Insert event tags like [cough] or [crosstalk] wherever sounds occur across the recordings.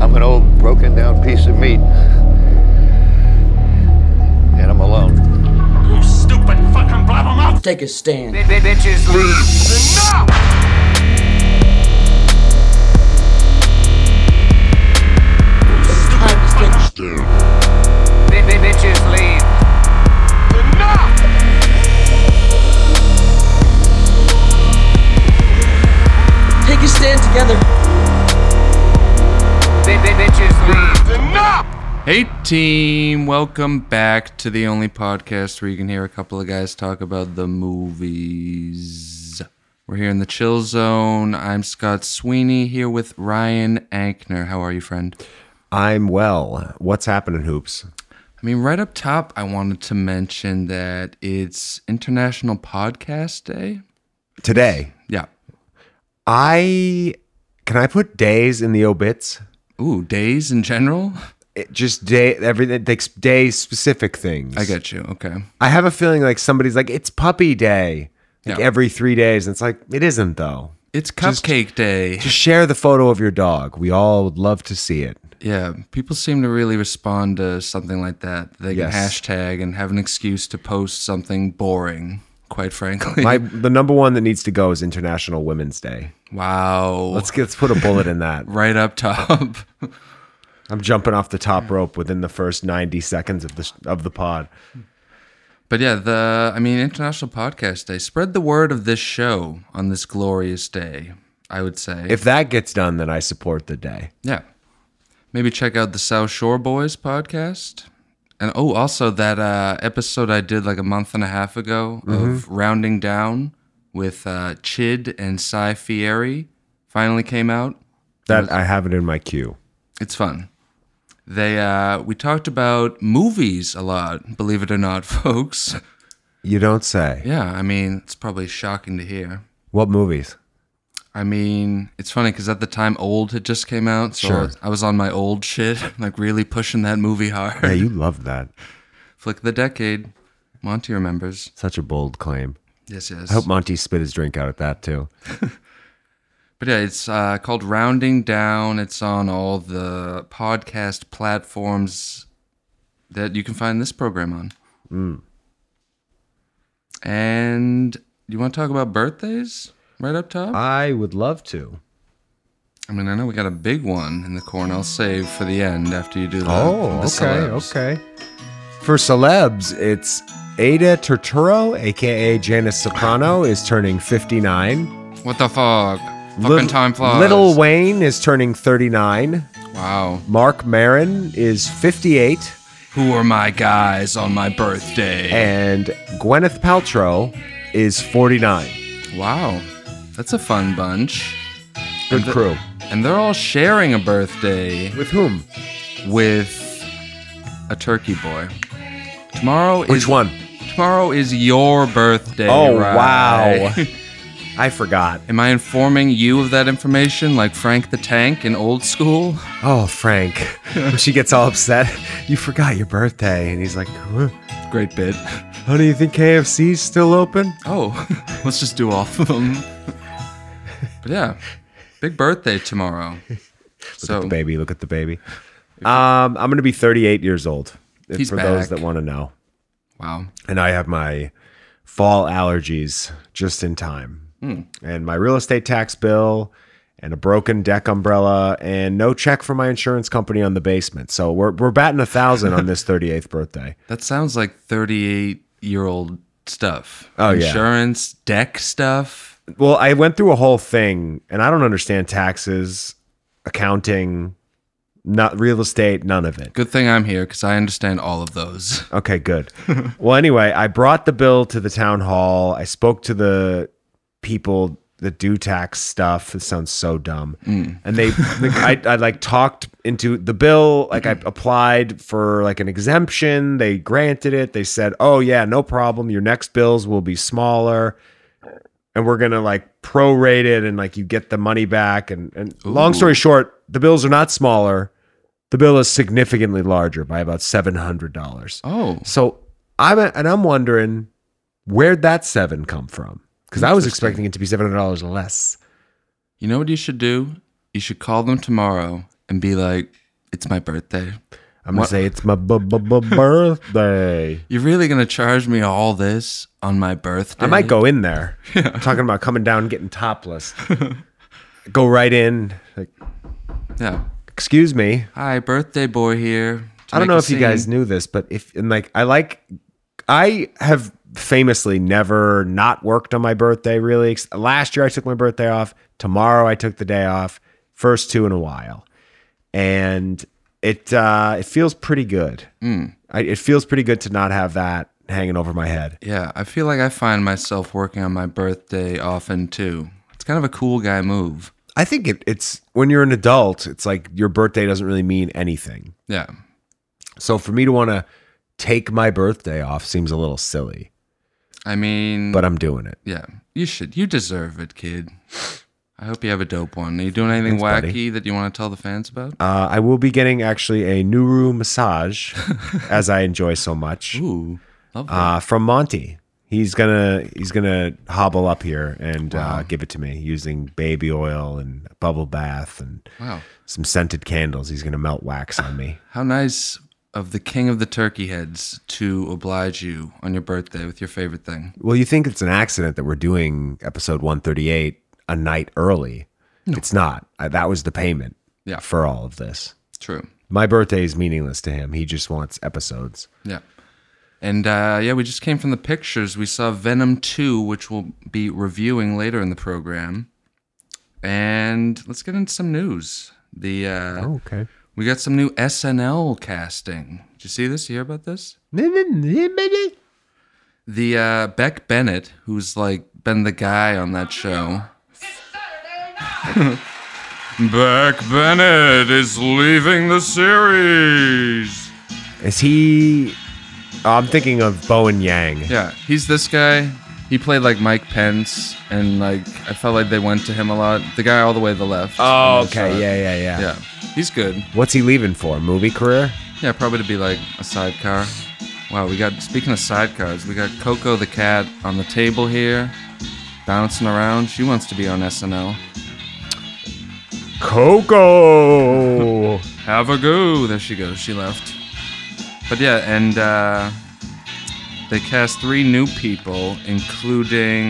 I'm an old broken down piece of meat. And I'm alone. You stupid fucking blabbermouth! Take a stand. Bitches leave. Enough! Bitches leave. Enough! Take a stand together. Bitches leave. Enough! Hey team, welcome back to the only podcast where you can hear a couple of guys talk about the movies. We're here in the chill zone. I'm Scott Sweeney here with Ryan Ankner. How are you, friend? I'm well. What's happening, hoops? I mean, right up top, I wanted to mention that it's International Podcast Day. Today, Yeah. I can I put days in the obits? Ooh, days in general? It just day everything like day specific things. I get you. Okay. I have a feeling like somebody's like it's puppy day like Yeah. every 3 days and it's like it isn't though. It's Just- Cupcake Day. Just share the photo of your dog. We all would love to see it. Yeah, people seem to really respond to something like that. They can Yes. hashtag and have an excuse to post something boring, quite frankly. [laughs] My the number one that needs to go is International Women's Day. wow. Let's get, let's put a bullet in [laughs] that. right up top. [laughs] I'm jumping off the top rope within the first 90 seconds of the of the pod. but yeah, the I mean International Podcast Day. Spread the word of this show on this glorious day, I would say. If that gets done, then I support the day. yeah. Maybe check out the South Shore Boys podcast. And oh, also that uh, episode I did like a month and a half ago of Mm-hmm. Rounding Down with uh, Chid and Cy Fieri finally came out. That I have it in my queue. It's fun. They uh, we talked about movies a lot, believe it or not, [laughs] folks. You don't say. Yeah, I mean it's probably shocking to hear. [laughs] What movies? I mean, it's funny because at the time, Old had just came out, so Sure. I was on my old shit, [laughs] like really pushing that movie hard. Yeah, you love that. Flick of the decade. Monty remembers. Such a bold claim. Yes, yes. I hope Monty spit his drink out at that too. But yeah, it's uh, called Rounding Down. It's on all the podcast platforms that you can find this program on. Mm. And you want to talk about birthdays right up top? I would love to. I mean, I know we got a big one in the corn. I'll save for the end after you do the, Oh, the okay, celebs. okay. For celebs, it's Ada Turturro, aka Janice Soprano, is turning 59. What the fuck? Fucking Lit- time flies. Little Wayne is turning 39. Wow. Mark Marin is 58. Who are my guys on my birthday? And Gwyneth Paltrow is 49. Wow. That's a fun bunch. Good crew. And they're all sharing a birthday With whom? with a turkey boy. Tomorrow is Which one? Tomorrow is your birthday. Oh, Rye. wow. I forgot. [laughs] Am I informing you of that information like Frank the Tank in old school? Oh, Frank. When she gets all upset. [laughs] You forgot your birthday. And he's like, "Huh? Great bit. honey, you think KFC's still open? Oh, [laughs] let's just do all of them. But yeah, big birthday tomorrow. [laughs] Look at So the baby. Look at the baby. Um, I'm going to be 38 years old. if- He's for back. those that want to know. wow, And I have my fall allergies just in time. And my real estate tax bill and a broken deck umbrella and no check from my insurance company on the basement. So we're, we're batting a thousand on this 38th birthday. that sounds like 38 year old stuff. Oh, yeah. insurance deck stuff. Well, I went through a whole thing, and I don't understand taxes, accounting, not real estate, none of it. Good thing I'm here because I understand all of those. Okay, good. [laughs] well, anyway, I brought the bill to the town hall. I spoke to the people that do tax stuff. It sounds so dumb. And they, like, I, I like talked into the bill. Like I applied for like an exemption. They granted it. They said, "Oh yeah, no problem. Your next bills will be smaller." And we're gonna like prorate it, and like you get the money back. And and long story short, the bills are not smaller. The bill is significantly larger by about seven hundred dollars. Oh, So I'm and I'm wondering where'd that seven come from? Because I was expecting it to be seven hundred dollars less. You know what you should do? You should call them tomorrow and be like, It's my birthday. I'm gonna What- say it's my bu- bu- bu- birthday. You're really gonna charge me all this on my birthday? I might go in there. Talking about coming down, and getting topless. go right in. Like, Yeah. excuse me. Hi, birthday boy here. to I make don't know a if you guys scene." knew this, but if and like I like I have famously never not worked on my birthday really. Ex- Last year I took my birthday off. Tomorrow I took the day off. First two in a while. And it uh it feels pretty good. I, it feels pretty good to not have that hanging over my head. Yeah, I feel like I find myself working on my birthday often too. It's kind of a cool guy move. I think it, it's when you're an adult, it's like your birthday doesn't really mean anything. Yeah. So for me to want to take my birthday off seems a little silly, I mean, but I'm doing it. yeah, you should. You deserve it, kid. I hope you have a dope one. Are you doing anything wacky Thanks, buddy. that you want to tell the fans about? Uh, I will be getting actually a Nuru [laughs] massage, as I enjoy so much, Ooh, lovely. uh, from Monty. He's gonna he's gonna hobble up here and uh, give it to me using baby oil and a bubble bath and wow. some scented candles. He's gonna melt wax [sighs] on me. How nice of the king of the turkey heads to oblige you on your birthday with your favorite thing. Well, you think it's an accident that we're doing episode 138 a night early. It's not. I, that was the payment Yeah. for all of this. True. My birthday is meaningless to him. He just wants episodes. Yeah. And uh, yeah, we just came from the pictures. We saw Venom 2, which we'll be reviewing later in the program. And let's get into some news. The uh, okay. we got some new SNL casting. Did you see this? You hear about this? The uh, Beck Bennett, who's like been the guy on that show. [laughs] Beck Bennett is leaving the series. Is he? Oh, I'm thinking of Bowen Yang. Yeah, he's this guy. He played like Mike Pence, and like I felt like they went to him a lot. The guy all the way to the left. Oh, okay. Yeah, yeah, yeah, yeah, he's good. What's he leaving for? Movie career? Yeah, probably to be like a sidecar. Wow, we got speaking of sidecars, we got Coco the cat on the table here, bouncing around. She wants to be on SNL. Coco. [laughs] Have a go. There she goes. She left. But yeah, and uh, they cast three new people, including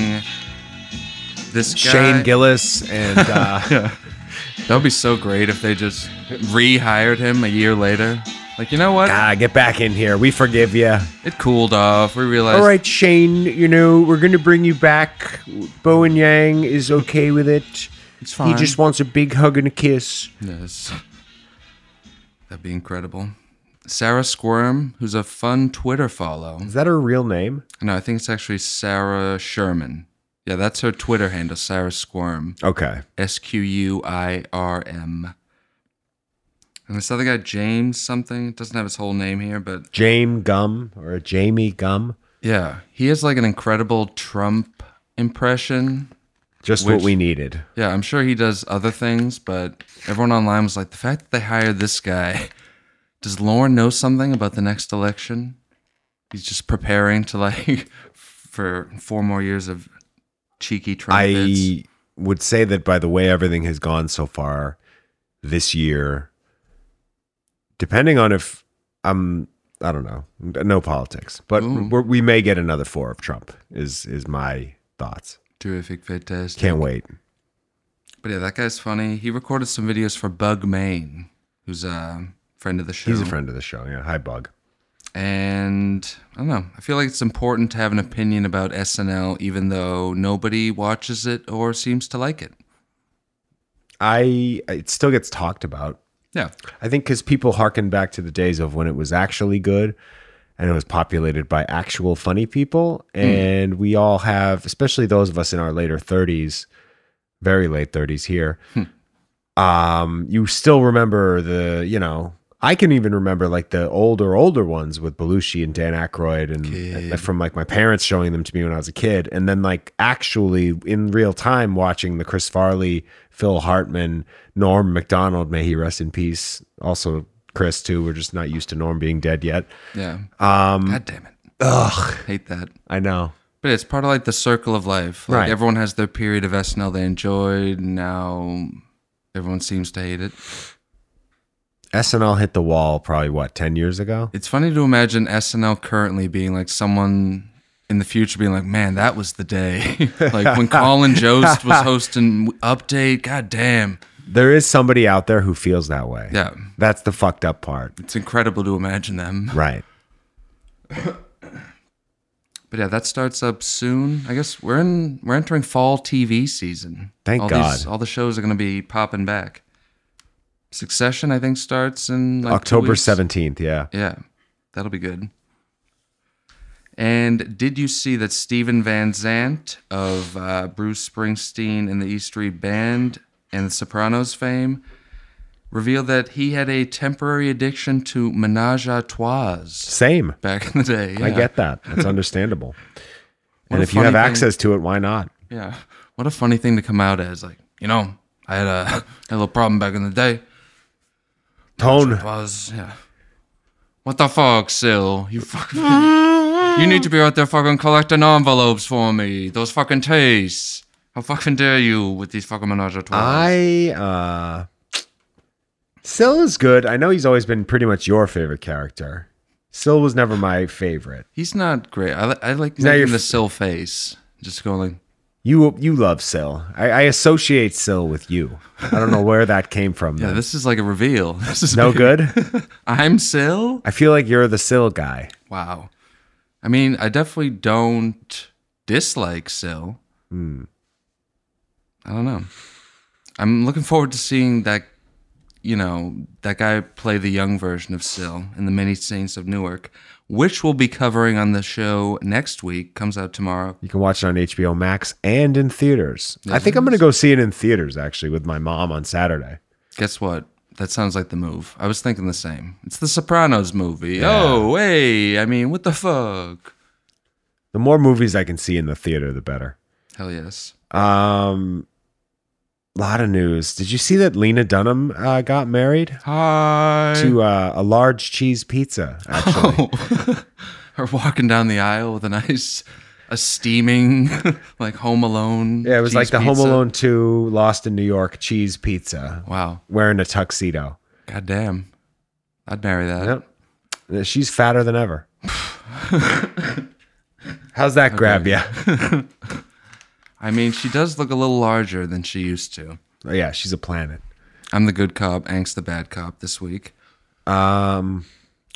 this guy. Shane Gillis and [laughs] uh, That would be so great if they just rehired him a year later. Like, you know what? ah, get back in here. We forgive you. It cooled off. We realized. All right, Shane, you know, we're going to bring you back. Bowen Yang is okay with it. It's He fine. just wants a big hug and a kiss. Yes. That'd be incredible. Sarah Squirm, who's a fun Twitter follow. Is that her real name? No, I think it's actually Sarah Sherman. Yeah, that's her Twitter handle, Sarah Squirm. Okay. S Q U I R M. And this other guy, James something, it doesn't have his whole name here, but James Gum or Jamie Gum. yeah, he has like an incredible Trump impression. Just Which- what we needed. Yeah, I'm sure he does other things, but everyone online was like, the fact that they hired this guy, does Lauren know something about the next election? He's just preparing to like [laughs] for four more years of cheeky Trump bits. I would say that by the way everything has gone so far this year, depending on if I'm, I don't know, no politics, but Ooh. we're, we may get another four of Trump. Is is my thoughts? Terrific fit test. Can't wait. But yeah, that guy's funny. He recorded some videos for Bug Maine, who's a friend of the show. He's a friend of the show. Yeah. Hi, Bug. And I don't know. I feel like it's important to have an opinion about SNL, even though nobody watches it or seems to like it. I it still gets talked about. Yeah. I think because people hearken back to the days of when it was actually good and it was populated by actual funny people. And we all have, especially those of us in our later 30s, very late 30s here, um, you still remember the, you know, I can even remember like the older, older ones with Belushi and Dan Aykroyd and and from like my parents showing them to me when I was a kid. And then like actually in real time watching the Chris Farley, Phil Hartman, Norm McDonald, may he rest in peace. Also Chris too. We're just not used to Norm being dead yet. Yeah. Um, God damn it. Ugh. Hate that. I know. But it's part of like the circle of life. Like Right. everyone has their period of SNL they enjoyed. and Now everyone seems to hate it. SNL hit the wall probably what ten years ago. It's funny to imagine SNL currently being like someone in the future being like, man, that was the day. [laughs] like when Colin Jost was hosting Update. God damn. There is somebody out there who feels that way. Yeah. that's the fucked up part, It's incredible to imagine them. right? But yeah, that starts up soon. I guess we're in we're entering fall TV season. Thank all God. all the shows are going to be popping back. Succession, I think, starts in like two October weeks. seventeenth. Yeah, Yeah, that'll be good. And did you see that Steven Van Zant of uh, Bruce Springsteen and the East Street Band and the Sopranos fame revealed that he had a temporary addiction to menage a trois same. back in the day? I Yeah. get that. [laughs] That's understandable. and a if you funny have thing. access to it, why not? Yeah. What a funny thing to come out as. Like, you know, I had a, had a little problem back in the day. Tone. Was, yeah. What the fuck, Sil? You fucking. you need to be out there fucking collecting envelopes for me. Those fucking tastes. How fucking dare you with these fucking menage a trois? I uh Syl is good. I know he's always been pretty much your favorite character. Syl was never my favorite. He's not great. I, li- I like Now you're making the f- Sil face. Just going like, You you love Syl. I, I associate Syl with you. I don't know where that came [laughs] from. yeah, though. this is like a reveal. [laughs] This is no big. good. [laughs] I'm Sil? I feel like you're the Syl guy. Wow. I mean, I definitely don't dislike Sil. I don't know. I'm looking forward to seeing that, you know, that guy play the young version of Sil in the many scenes of Newark, which we'll be covering on the show next week. Comes out tomorrow. You can watch it on HBO Max and in theaters. I think I'm gonna go see it in theaters actually with my mom on Saturday. Guess what? That sounds like the move. I was thinking the same. It's the Sopranos movie. Oh, hey. I mean, what the fuck? The more movies I can see in the theater, the better. Hell yes. Um, lot of news. Did you see that Lena Dunham uh, got married Hi. to uh, a large cheese pizza? [laughs] Actually, Oh. [laughs] Her walking down the aisle with a nice, a steaming, [laughs] like Home Alone. yeah, it was cheese like the Home pizza. Alone Two Lost in New York cheese pizza, Wow. wearing a tuxedo. God damn. I'd marry that. Yep, Uh, she's fatter than ever. [laughs] How's that grab you? I mean, she does look a little larger than she used to. Oh, [laughs] yeah, she's a planet. I'm the good cop, Angst the bad cop this week. Um,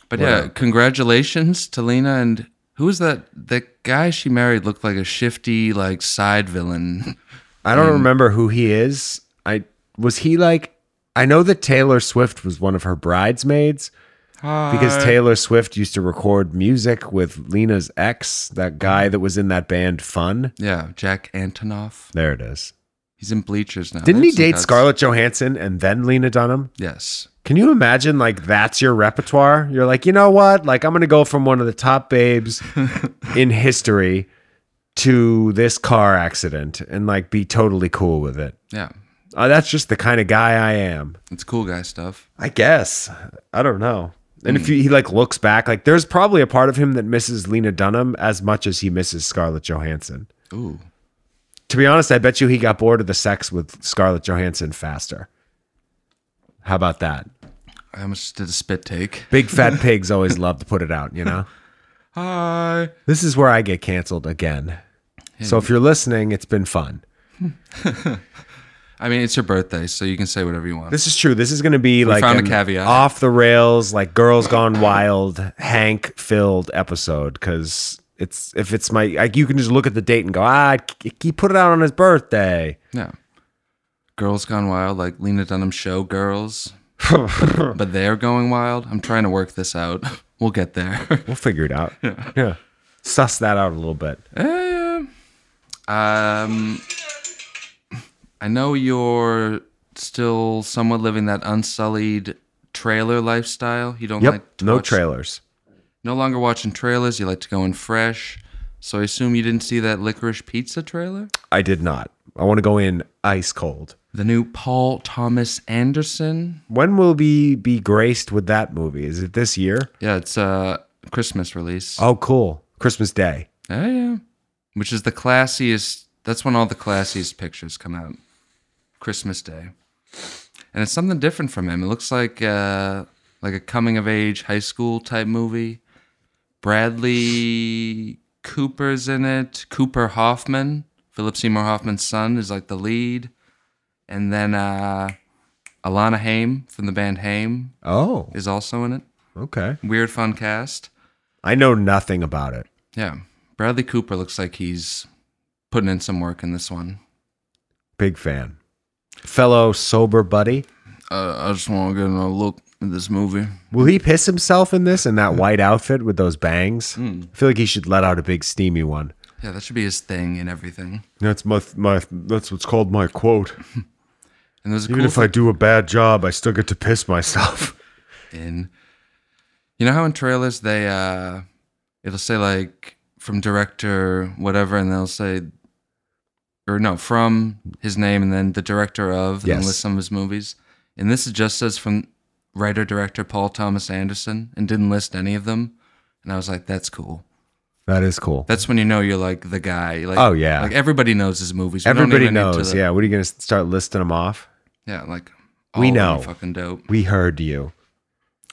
But yeah, congratulations to Lena and who was that? The guy she married looked like a shifty, like side villain. [laughs] I don't remember who he is. I was he like I know that Taylor Swift was one of her bridesmaids [laughs] because Uh, Taylor Swift used to record music with Lena's ex, that guy that was in that band Fun. Yeah, Jack Antonoff. There it is. He's in bleachers now. Didn't They he have some date cuts. Scarlett Johansson and then Lena Dunham? Yes. Can you imagine like that's your repertoire? You're like, "You know what? Like I'm going to go from one of the top babes in history to this car accident and like be totally cool with it." Yeah. Uh, that's just the kind of guy I am. It's cool guy stuff. I guess. I don't know. And if you, he like looks back, like there's probably a part of him that misses Lena Dunham as much as he misses Scarlett Johansson. Ooh. To be honest, I bet you he got bored of the sex with Scarlett Johansson faster. How about that? I almost did a spit take. Big fat pigs always love to put it out, you know? Hi. This is where I get canceled again. So if you're listening, it's been fun. I mean, it's your birthday, so you can say whatever you want. This is true. This is going to be like found a an caveat. off the rails, like girls gone wild, Hank filled episode because it's if it's my like you can just look at the date and go ah he put it out on his birthday. yeah. Girls Gone Wild, like Lena Dunham show [laughs] girls. but they're going wild. I'm trying to work this out. [laughs] We'll get there. [laughs] We'll figure it out. Yeah. suss that out a little bit. Eh, um, I know you're still somewhat living that unsullied trailer lifestyle. You don't Yep, like to no watch- trailers. No longer watching trailers. You like to go in fresh. So I assume you didn't see that licorice pizza trailer? I did not. I want to go in ice cold. The new Paul Thomas Anderson. When will we be graced with that movie? Is it this year? Yeah, it's a Christmas release. Oh, cool. Christmas Day. Yeah, yeah. Which is the classiest. That's when all the classiest pictures come out. Christmas Day. and it's something different from him. It looks like uh, like a coming of age high school type movie. Bradley Cooper's in it. Cooper Hoffman, Philip Seymour Hoffman's son, is like the lead, and then uh, Alana Haim from the band Haim Oh, is also in it. okay. Weird fun cast. I know nothing about it. Yeah, Bradley Cooper looks like he's putting in some work in this one. Big fan. Fellow sober buddy. Uh, I just want to get a look at this movie. Will he piss himself in this in that white outfit with those bangs? I feel like he should let out a big steamy one. Yeah, that should be his thing and everything. That's my my that's what's called my quote. And there's a Even cool if I do a bad job, I still get to piss myself. in. You know how in trailers they uh it'll say like from director whatever and they'll say or no, from his name and then the director of and then Yes. list some of his movies. And this just says from writer director Paul Thomas Anderson and didn't list any of them. And I was like, that's cool. [laughs] That is cool. That's when you know you're like the guy. Like, Oh, yeah. like everybody knows his movies. We don't Everybody even need to- knows. Yeah. What are you gonna s- start listing them off? yeah, like all We of them know. are fucking dope. We heard you.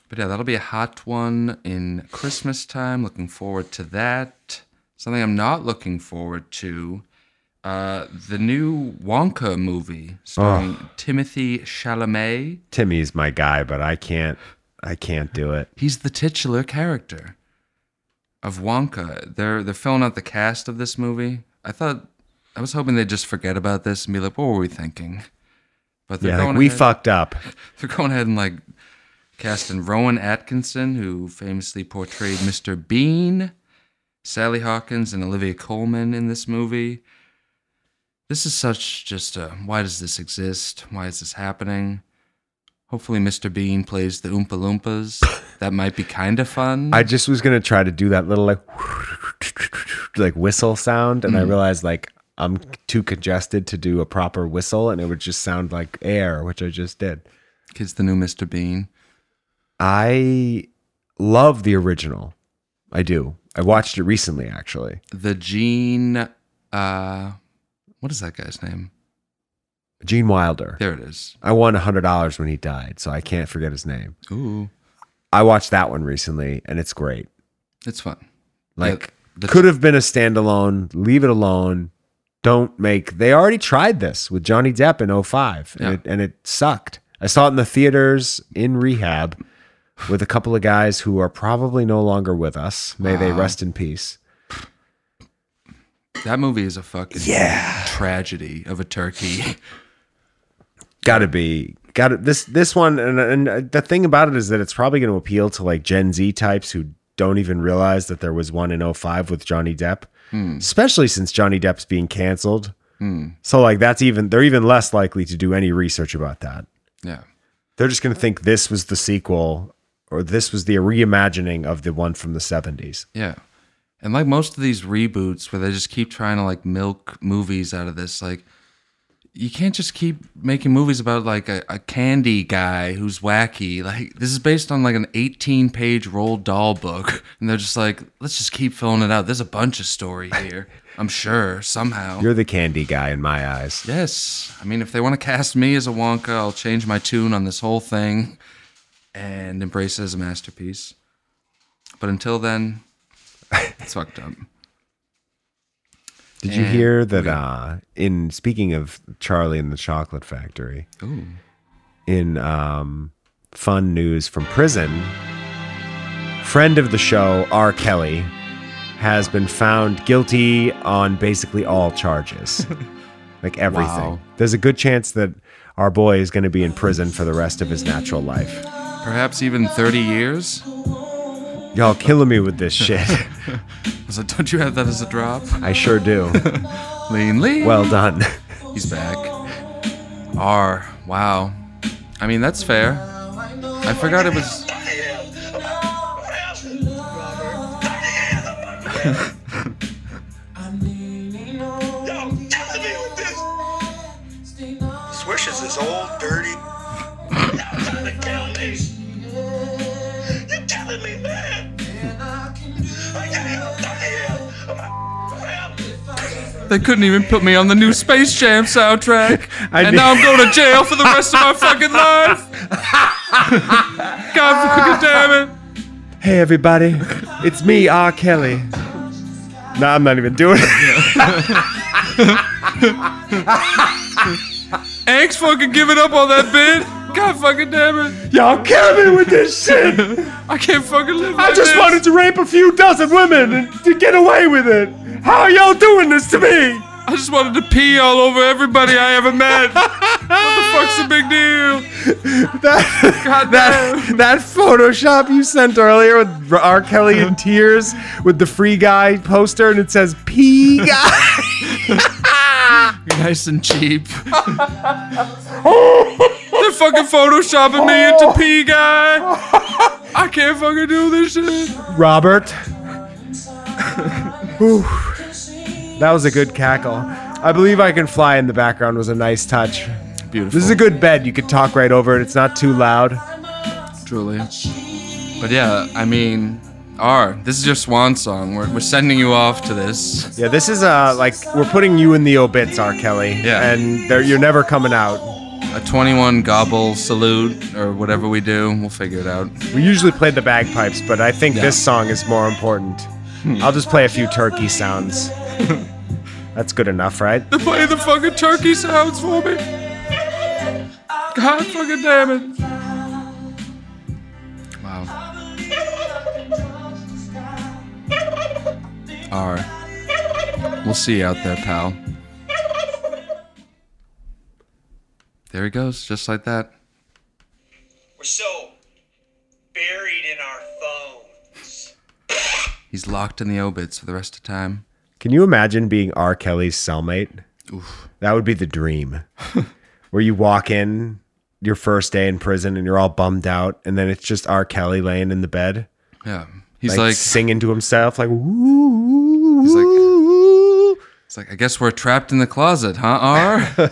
But yeah, that'll be a hot one in Christmas time. Looking forward to that. Something I'm not looking forward to. Uh, the new Wonka movie starring Timothy Chalamet. Timmy's my guy, but I can't. I can't do it. He's the titular character of Wonka. They're they're filling out the cast of this movie. I thought I was hoping they'd just forget about this and be like, what were we thinking? But they're Yeah, going like, we ahead- fucked up. [laughs] They're going ahead and like casting Rowan Atkinson, who famously portrayed Mr. Bean, Sally Hawkins, and Olivia Coleman in this movie. This is such just a why does this exist? Why is this happening? Hopefully, Mr. Bean plays the Oompa Loompas. that might be kind of fun. I just was gonna try to do that little like like whistle sound, and I realized like I'm too congested to do a proper whistle, and it would just sound like air, which I just did. Kids, the new Mr. Bean. I love the original. I do. I watched it recently, actually. The Gene. Uh, what is that guy's name? Gene Wilder. There it is. I won hundred dollars when he died, so I can't forget his name. Ooh, I watched that one recently, and it's great. it's fun. Like the- could have been a standalone. Leave it alone. Don't make. They already tried this with Johnny Depp in 05 and, Yeah. it, and it sucked. I saw it in the theaters in rehab with a couple of guys who are probably no longer with us. May Uh, they rest in peace. That movie is a fucking Yeah. tragedy of a turkey. [laughs] Got to be. Got to this this one and and the thing about it is that it's probably going to appeal to like Gen Z types who don't even realize that there was one in 05 with Johnny Depp. Especially since Johnny Depp's being canceled. So like that's even they're even less likely to do any research about that. yeah. They're just going to think this was the sequel or this was the reimagining of the one from the 70s. Yeah. And like most of these reboots where they just keep trying to like milk movies out of this, like you can't just keep making movies about like a, a candy guy who's wacky. [laughs] Like this is based on like an 18 page Roald doll book. And they're just like, let's just keep filling it out. There's a bunch of story here. I'm sure somehow. You're the candy guy in my eyes. Yes. I mean, if they want to cast me as a Wonka, I'll change my tune on this whole thing and embrace it as a masterpiece. But until then, it's fucked up. Did you And hear that uh in speaking of Charlie and the Chocolate Factory? Ooh. in um, fun news from prison. Friend of the show, R. Kelly, has been found guilty on basically [laughs] all charges, like everything. Wow. There's a good chance that our boy is going to be in prison for the rest of his natural life. Perhaps even 30 years? Y'all killing me with [laughs] this shit. I was like, don't you have that as a drop? I sure do. Lean, lean. Well done. he's back. R. Wow. I mean, that's fair. I forgot it was. Swish is this old dirty. You're telling me. You're telling me, man. I can't help. I can't help. I'm not- They couldn't even put me on the new Space Jam soundtrack. [laughs] I and did- now I'm going to jail for the rest of my fucking [laughs] life. God fucking damn it. Hey everybody, it's me, R. Kelly. No, I'm not even doing it. Angst fucking giving up on that bit. God fucking damn it. [laughs] Y'all kill me with this shit. I can't fucking live I like just this. wanted to rape a few dozen women and to get away with it. How are y'all doing this to me? I just wanted to pee all over everybody I ever [laughs] met. what the fuck's the big deal? That, God that, that Photoshop you sent earlier with R. Kelly in tears with the free guy poster and it says P guy. [laughs] Nice and cheap. They're Oh. fucking photoshopping me into pee guy. I can't fucking do this shit. Robert. [laughs] Whew. that was a good cackle. I believe I can fly in the background was a nice touch. Beautiful. This is a good bed. You could talk right over it. It's not too loud. Truly. But yeah, I mean, R, this is your swan song. We're, we're sending you off to this. Yeah, this is uh like we're putting you in the obits, R. Kelly. Yeah. And there- you're never coming out. A 21 gobble salute or whatever we do. We'll figure it out. We usually play the bagpipes, but I think Yeah. Hmm. this song is more important. I'll just play a few turkey sounds. [laughs] That's good enough, right? They're playing the fucking turkey sounds for me. God fucking damn it. Wow. Alright. We'll see you out there, pal. There he goes, just like that. We're so buried in our phones. He's locked in the obits for the rest of time. Can you imagine being R. Kelly's cellmate? That would be [laughs] the dream. Where you walk in your first day in prison and you're all bummed out, and then it's just R. Kelly laying in the bed, Yeah. He's like, like, singing to himself, like, "Ooh, He's like- ooh." it's like, I guess we're trapped in the closet, huh, [laughs] R?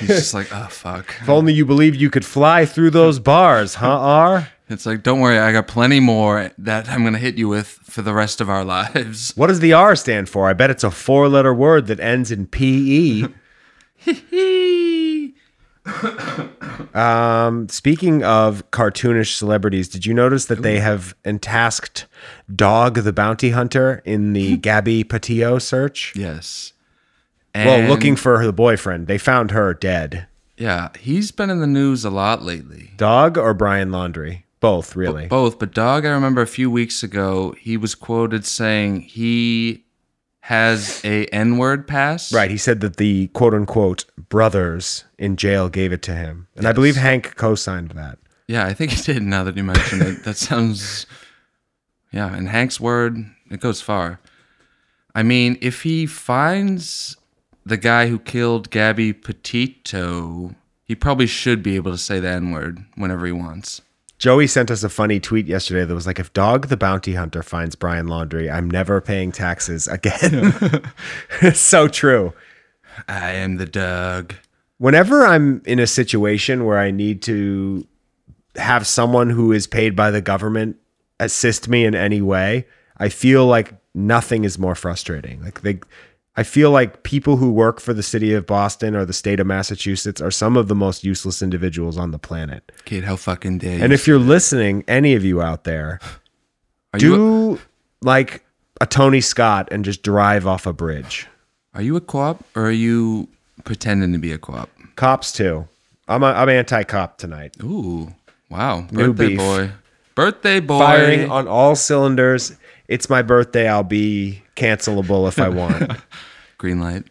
He's just like, oh fuck. if only you believed you could fly through those bars, huh, R? It's like, don't worry, I got plenty more that I'm gonna hit you with for the rest of our [laughs] [laughs] lives. What does the R stand for? I bet it's a four letter word that ends in E. PE. um, speaking of cartoonish celebrities, did you notice that they have entasked Dog the Bounty Hunter in the Gabby Patillo search? Yes. Well, And- looking for her boyfriend. They found her dead. yeah, he's been in the news a lot lately. Dog or Brian Laundry? Both, really. Both, but Dog, I remember a few weeks ago, he was quoted saying he has a N-word pass. Right. He said that the quote unquote brothers in jail gave it to him. And I believe Hank co signed that. Yeah, I think he did. Now that you mention it, that sounds. Yeah, and Hank's word it goes far. I mean, if he finds the guy who killed Gabby Petito, he probably should be able to say the N word whenever he wants. Joey sent us a funny tweet yesterday that was like, if Dog the Bounty Hunter finds Brian Laundry, I'm never paying taxes again. [laughs] it's so true. I am the Doug. Whenever I'm in a situation where I need to have someone who is paid by the government assist me in any way, I feel like nothing is more frustrating. Like they I feel like people who work for the city of Boston or the state of Massachusetts are some of the most useless individuals on the planet. Kid, how fucking dare you? And if you're listening, any of you out there, are you do like a Tony Scott and just drive off a bridge. are you a co-op or are you pretending to be a co-op? Cops too. I'm a, I'm anti-cop tonight. Ooh, wow, New birthday beef. boy, birthday boy. Firing on all cylinders. It's my birthday. I'll be cancelable if [laughs] I want. Green light.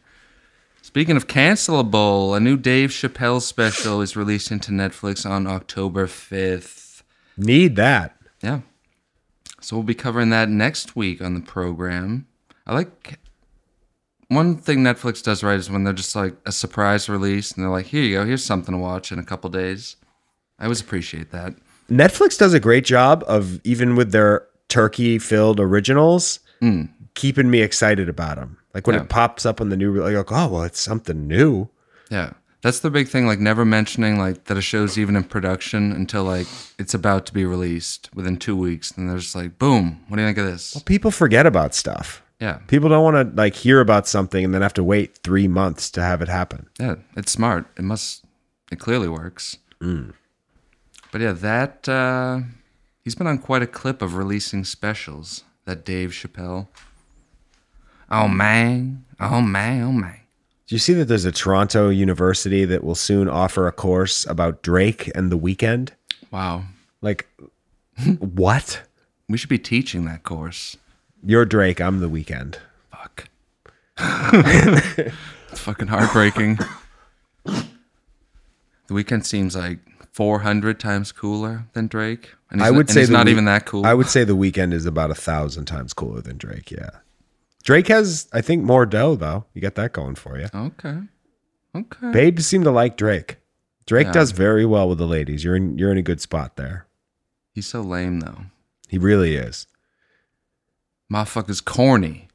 Speaking of cancelable, a new Dave Chappelle special is released into Netflix on October 5th. Need that. Yeah. So we'll be covering that next week on the program. I like one thing Netflix does right is when they're just like a surprise release and they're like, here you go, here's something to watch in a couple days. I always appreciate that. Netflix does a great job of even with their turkey-filled originals, keeping me excited about them. Like when Mm. Yeah. it pops up on the new, like oh well, it's something new. Yeah. That's the big thing, like never mentioning like that a show's even in production until like it's about to be released within two weeks. And they're just like, boom, what do you think of this? People forget about stuff. Yeah. People don't want to like hear about something and then have to wait three months to have it happen. Yeah, it's smart. It must. It clearly works. But yeah, that uh, he's been on quite a clip of releasing specials. That Dave Chappelle. Oh man! Oh man! Oh man! Do you see that there's a Toronto university that will soon offer a course about Drake and the weekend? Wow, [laughs] Like, what? we should be teaching that course. You're Drake, I'm the weekend. Fuck. [laughs] it's fucking heartbreaking. the weekend seems like 400 times cooler than Drake. And he's I n- would and say he's The not Week- even that cool. I would say the weekend is about a thousand times cooler than Drake. Yeah, Drake has, I think, more dough though. You got that going for you. Okay. Okay. Babes seem to like Drake. Drake Mm. Yeah. does very well with the ladies. You're in, you're in a good spot there. He's so lame though. He really is. Motherfucker's corny.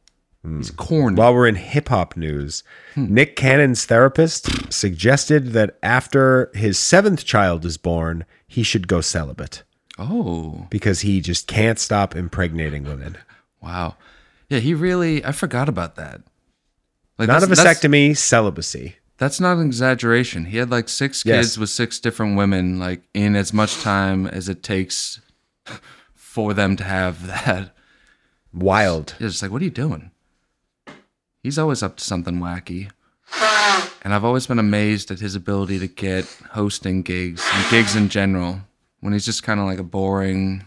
Hmm. He's corny. While we're in hip hop news, Hmm. Nick Cannon's therapist suggested that after his seventh child is born, he should go celibate oh, because he just can't stop impregnating women. wow. Yeah, he really. I forgot about that. Like Not a that's- that's- vasectomy, celibacy. That's not an exaggeration. He had like six Yes. kids with six different women, like in as much time as it takes for them to have that. Wild. It's just like, what are you doing? He's always up to something wacky. And I've always been amazed at his ability to get hosting gigs and gigs in general when he's just kind of like a boring,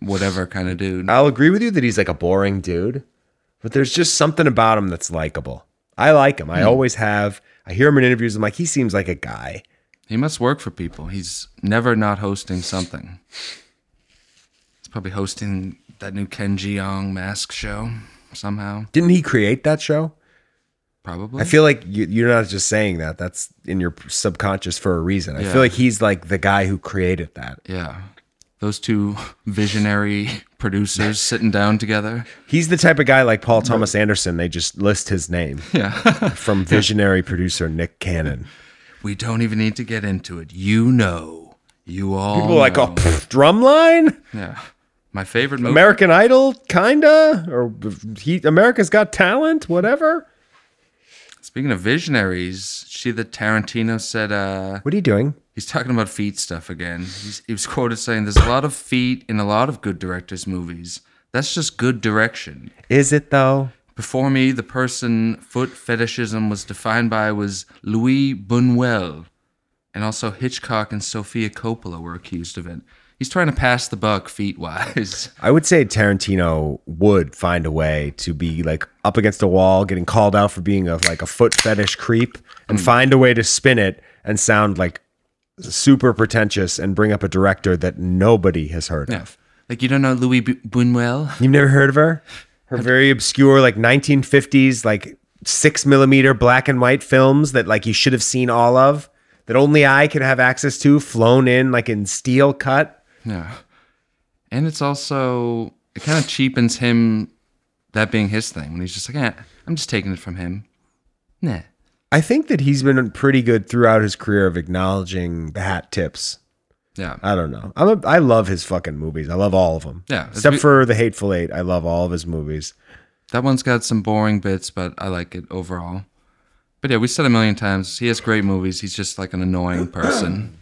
whatever kind of dude. I'll agree with you that he's like a boring dude, but there's just something about him that's likable. I like him. I always have. I hear him in interviews. I'm like, he seems like a guy. He must work for people. He's never not hosting something. He's probably hosting that new Ken Jeong mask show somehow. Didn't he create that show? Probably. I feel like you, you're not just saying that. That's in your subconscious for a reason. I Yeah. feel like he's like the guy who created that. yeah. Those two visionary [laughs] producers sitting down together. He's the type of guy like Paul Thomas Anderson. They just list his name Yeah. [laughs] from visionary producer Nick Cannon. we don't even need to get into it. You know. You all. People are like, know. oh, pff, drumline, Yeah. My favorite movie. American Idol, kinda, or he, America's Got Talent, whatever. Speaking of visionaries, see that Tarantino said, uh, What are you doing? He's talking about feet stuff again. He's, he was quoted saying, "There's a lot of feet in a lot of good directors' movies. That's just good direction. Is it though? Before me, the person foot fetishism was defined by was Louis Buñuel, and also Hitchcock and Sofia Coppola were accused of it. He's trying to pass the buck feet wise. I would say Tarantino would find a way to be like up against a wall, getting called out for being a like a foot fetish creep, and find a way to spin it and sound like super pretentious and bring up a director that nobody has heard yeah. of. [laughs] Like you don't know Louis Bu- Buñuel? [laughs] You've never heard of her? Her very obscure like 1950s like six millimeter black and white films that like you should have seen all of that only I could have access to, flown in like in steel cut. Yeah. And it's also it kind of cheapens him that being his thing when he's just like, eh, I'm just taking it from him. Nah. I think that he's been pretty good throughout his career of acknowledging the hat tips. Yeah. I don't know. I'm a, I love his fucking movies. I love all of them. Yeah, it's Except be- for The Hateful Eight. I love all of his movies. That one's got some boring bits, but I like it overall. But yeah, we said a million times he has great movies. He's just like an [clears throat] annoying person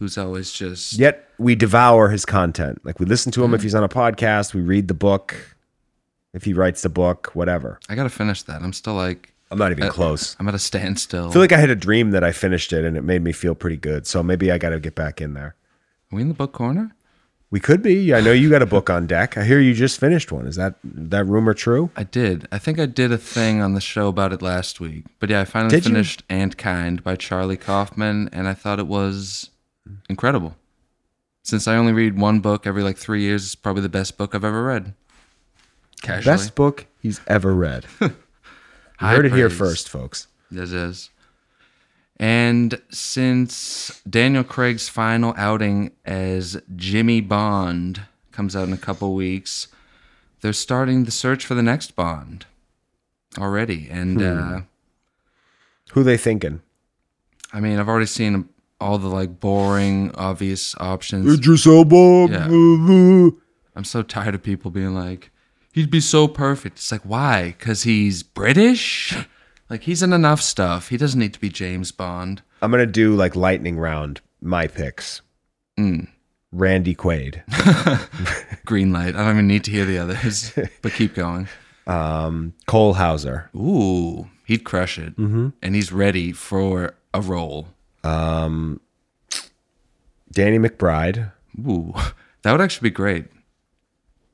who's always just Yet we devour his content. Like we listen to him Mm. if he's on a podcast, we read the book, if he writes the book, whatever. I gotta finish that. I'm still like I'm not even Uh, close. I'm at a standstill. I feel like I had a dream that I finished it and it made me feel pretty good. So maybe I got to get back in there. Are we in the book corner? We could be. I know you got a book on deck. I hear you just finished one. Is that that rumor true? I did. I think I did a thing on the show about it last week. But yeah, I finally Did you? finished Ant Kind by Charlie Kaufman, and I thought it was incredible. Since I only read one book every like three years, it's probably the best book I've ever read. Casually. Best book he's ever read. [laughs] You High heard it here praise. first, folks. This is. And since Daniel Craig's final outing as Jimmy Bond comes out in a couple weeks, they're starting the search for the next Bond already. And uh, Who they thinking? I mean, I've already seen all the like boring, obvious options. Idris Elba. Yeah. I'm so tired of people being like, he'd be so perfect. It's like, why? Because he's British? Like, he's in enough stuff. He doesn't need to be James Bond. I'm gonna do like lightning round my picks. Mm. Randy Quaid. Green light. I don't even need to hear the [laughs] others, but keep going. Cole Hauser. Ooh, he'd crush it. Mm-hmm. And he's ready for a role. Danny McBride. Ooh, [laughs] that would actually be great.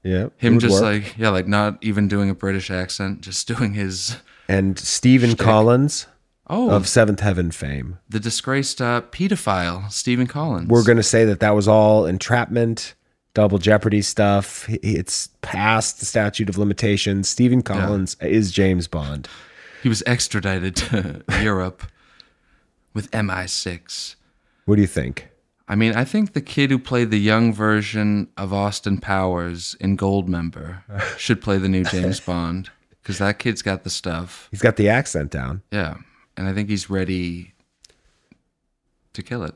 Yeah. Him would just work. like, yeah, like not even doing a British accent, just [laughs] doing his, and Stephen Collins oh, of Seventh Heaven fame. the disgraced uh, pedophile, Stephen Collins. We're gonna say that that was all entrapment, double jeopardy stuff. He- It's past the statute of limitations. Stephen Collins is James Bond. He was extradited to [laughs] Europe with MI6. What do you think? I mean, I think the kid who played the young version of Austin Powers in [laughs] Goldmember should play the new James Bond because that kid's got the stuff. He's got the accent down. Yeah. And I think he's ready to kill it.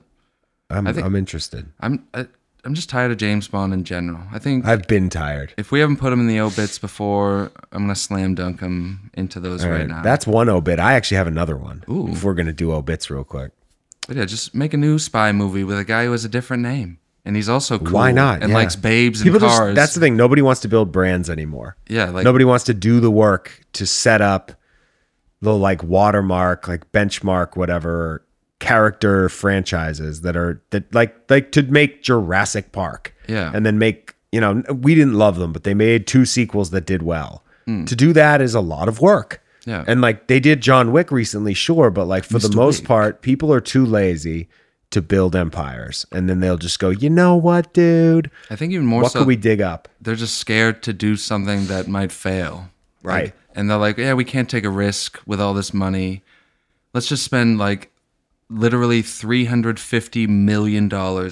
I'm, think- I'm interested. I'm I, I'm just tired of James Bond in general. I think I've been tired. if we haven't put him in the obits before, I'm going to slam dunk him into those All right, right, now. That's one obit. I actually have another one. Ooh. If we're gonna do obits real quick. But yeah, just make a new spy movie with a guy who has a different name. And he's also cool. Why not? And Yeah. likes babes and People just- cars. that's the thing. Nobody wants to build brands anymore. Yeah, like Nobody wants to do the work to set up the like watermark, like benchmark, whatever character franchises that are that like like to make Jurassic Park. Yeah. And then make, you know, we didn't love them, but they made two sequels that did well. To do that is a lot of work. Mm. Yeah. And like they did John Wick recently, sure, but like for the Mr. most Wick. part, people are too lazy to build empires. And then they'll just go, you know what, dude? I think even more what so could we dig up? they're just scared to do something that might fail. Right. Like- and they're like, yeah, we can't take a risk with all this money. Let's just spend like literally $350 million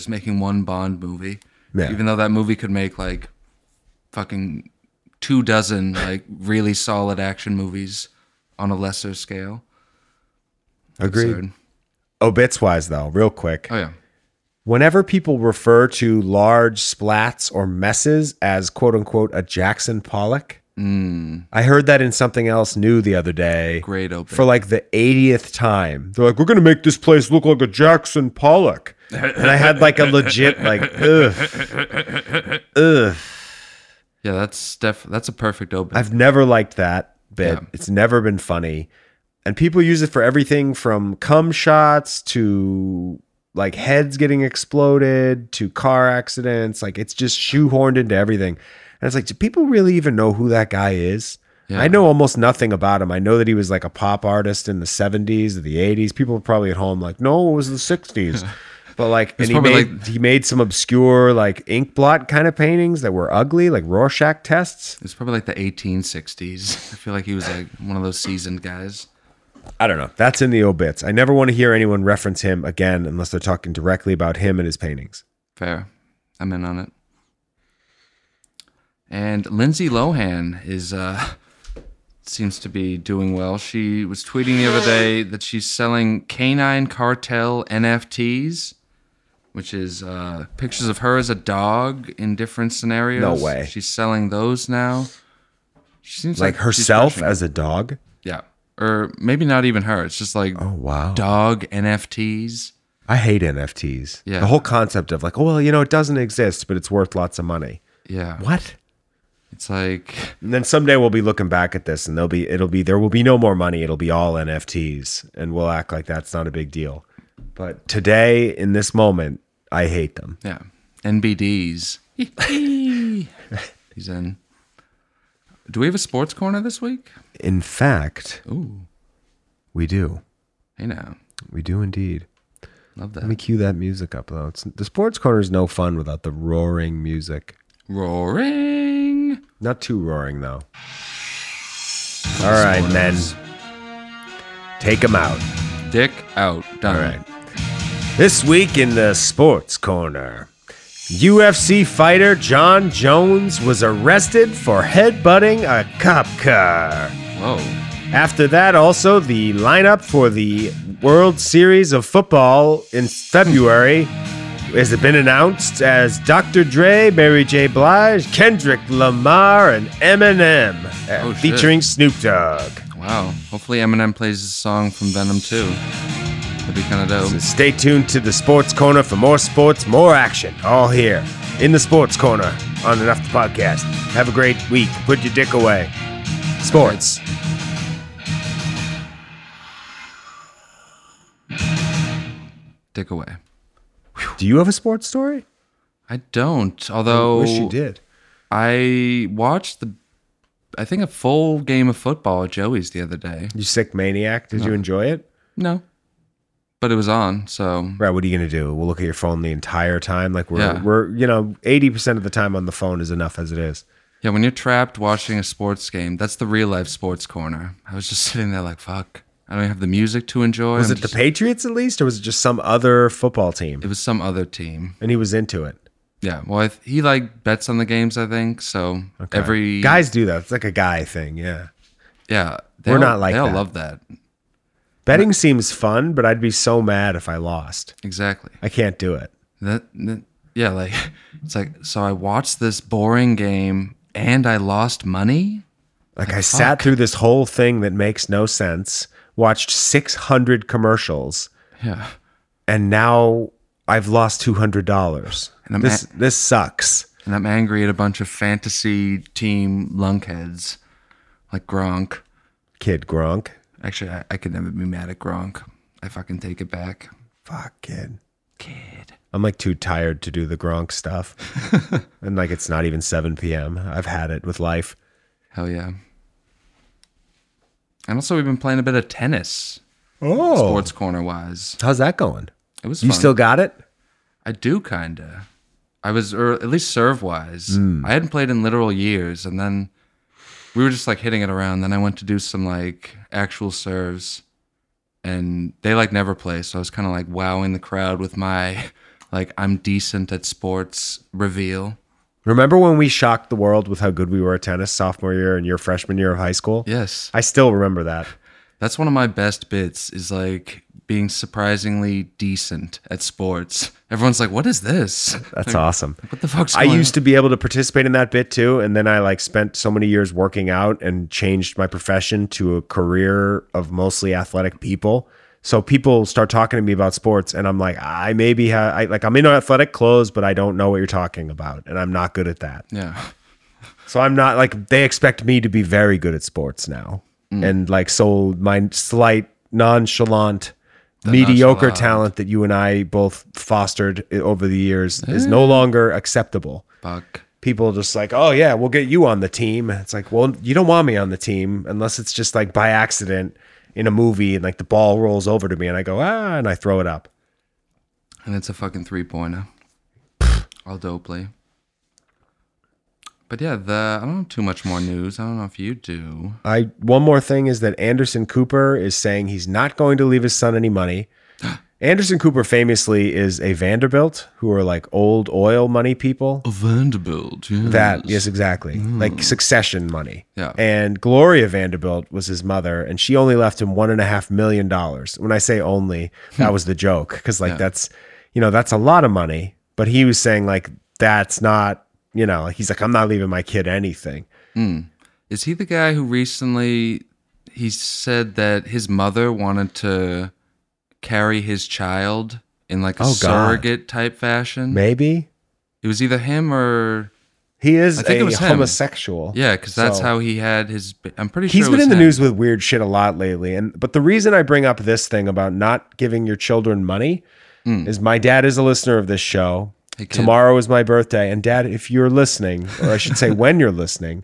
making one Bond movie. Yeah. Even though that movie could make like fucking two dozen like really solid action movies on a lesser scale. Agreed. Absurd. Obits wise though, real quick. Oh, yeah. Whenever people refer to large splats or messes as quote unquote a Jackson Pollock, I heard that in something else new the other day. Mm. Great open. For like the 80th time. They're like, we're going to make this place look like a Jackson Pollock. and I had like a legit, like, ugh, ugh. yeah, that's def- that's a perfect open. I've never liked that bit. Yeah. It's never been funny. And people use it for everything from cum shots to like heads getting exploded to car accidents. Like it's just shoehorned into everything. And it's like, do people really even know who that guy is? Yeah. I know almost nothing about him. I know that he was like a pop artist in the 70s or the 80s. People are probably at home like, no, it was the [laughs] 60s. But like, and he probably made, like- he made some obscure like ink blot kind of paintings that were ugly, like Rorschach tests. it's probably like the 1860s. [laughs] I feel like he was like one of those seasoned guys. I don't know. That's in the obits. I never want to hear anyone reference him again unless they're talking directly about him and his paintings. Fair. I'm in on it. And Lindsay Lohan is uh seems to be doing well. She was tweeting the other day that she's selling canine cartel NFTs, which is uh pictures of her as a dog in different scenarios. No way. She's selling those now. She seems like, Like herself as a dog. yeah. Or maybe not even her. It's just like Oh wow. dog NFTs. I hate NFTs. Yeah. The whole concept of like, oh well, you know, it doesn't exist, but it's worth lots of money. Yeah. What? It's like And then someday we'll be looking back at this and there'll be it'll be there will be no more money. It'll be all NFTs and we'll act like that's not a big deal. But today in this moment, I hate them. Yeah. NBDs. [laughs] He's in. Do we have a sports corner this week? In fact, Ooh. we do. Hey now. We do indeed. Love Let me that. cue that music up though. It's, the sports corner is no fun without the roaring music. Roaring. Not too roaring though. All right, men, take them out. Dick out. Done. All right. This week in the sports corner, UFC fighter John Jones was arrested for headbutting a cop car. Whoa. After that, also the lineup for the World Series of Football in February Has it been announced as Dr. Dre, Mary J. Blige, Kendrick Lamar, and Eminem, uh, Oh, shit. featuring Snoop Dogg? Wow. Hopefully Eminem plays a song from Venom too. That'd be kind of So dope. stay tuned to the Sports Corner for more sports, more action, all here in the Sports Corner on Enough the Podcast. Have a great week. Put your dick away. Sports. Dick away. Do you have a sports story? I don't. Although Wish you did. I watched the, I think a full game of football at Joey's the other day. You sick maniac. Did you enjoy it? No, but it was on. So Right, what are you gonna do? We'll look at your phone the entire time. Like we're Yeah. we're you know, eighty percent of the time on the phone is enough as it is. yeah, when you're trapped watching a sports game, that's the real life sports corner. I was just [laughs] sitting there like, fuck. I don't have the music to enjoy. Was I'm it just- the Patriots at least, or was it just some other football team? It was some other team. And he was into it. Yeah. Well, I th- he like bets on the games. I think so. Every Guys do that. It's like a guy thing, yeah. Yeah. They We're all- not like they all that. love that. Betting seems fun, but I'd be so mad if I lost. Exactly. I can't do it. That, that yeah, like [laughs] it's like so I watched this boring game and I lost money. Like I sat through this whole thing that makes no sense, watched six hundred commercials, Yeah. and now I've lost two hundred dollars. And I'm This at- this sucks. And I'm angry at a bunch of fantasy team lunkheads like Gronk. Kid Gronk. Actually, I, I could never be mad at Gronk. I fucking take it back. Fuck kid. Kid. I'm like too tired to do the Gronk stuff. and like it's not even 7 p.m. I've had it with life. Hell yeah. And also we've been playing a bit of tennis, Oh. sports corner wise. How's that going? It was You fun. still got it? I do kinda. I was, or at least serve wise. Mm. I hadn't played in literal years, and then we were just like hitting it around. Then I went to do some like actual serves, and they like never play. So I was kind of like wowing the crowd with my [laughs] like I'm decent at sports reveal. Remember when we shocked the world with how good we were at tennis sophomore year and your freshman year of high school? Yes, I still remember that. that's one of my best bits. Is like being surprisingly decent at sports. Everyone's like, "What is this? That's awesome. What the fuck's?" I Going used to be able to participate in that bit too, and then I like spent so many years working out and changed my profession to a career of mostly athletic people. So people start talking to me about sports, and I'm like, I maybe ha- I like I'm in athletic clothes, but I don't know what you're talking about, and I'm not good at that. Yeah. So I'm not like they expect me to be very good at sports now, Mm. and like so my slight nonchalant. mediocre nonchalant. talent that you and I both fostered i- over the years is no longer acceptable Fuck. people just like, oh yeah, we'll get you on the team. It's like, well, you don't want me on the team unless it's just like by accident in a movie and like the ball rolls over to me and I go ah and I throw it up. And it's a fucking three pointer. All dopely. But yeah, the I don't have too much more news. I don't know if you do. I one more thing is that Anderson Cooper is saying he's not going to leave his son any money. Anderson Cooper famously is a Vanderbilt who are like old oil money people. Vanderbilt, yes. That yes, exactly. Like succession money. Mm. Yeah. And Gloria Vanderbilt was his mother, and she only left him one and a half million dollars. When I say only, Hmm. that was the joke because like that's you know that's a lot of money. But he was saying like that's not you know he's like I'm not leaving my kid anything. Is he the guy who recently he said that his mother wanted to carry his child in like a Oh, God. surrogate type fashion? Maybe It was either him or he is I think a it was him. homosexual. yeah, because that's So- how he had his. ba- I'm pretty sure He's it been was in the him. news with weird shit a lot lately. And but the reason I bring up this thing about not giving your children money Mm. is my dad is a listener of this show. Hey, kid. Tomorrow is my birthday, and Dad, if you're listening, or [laughs] I should say, when you're listening,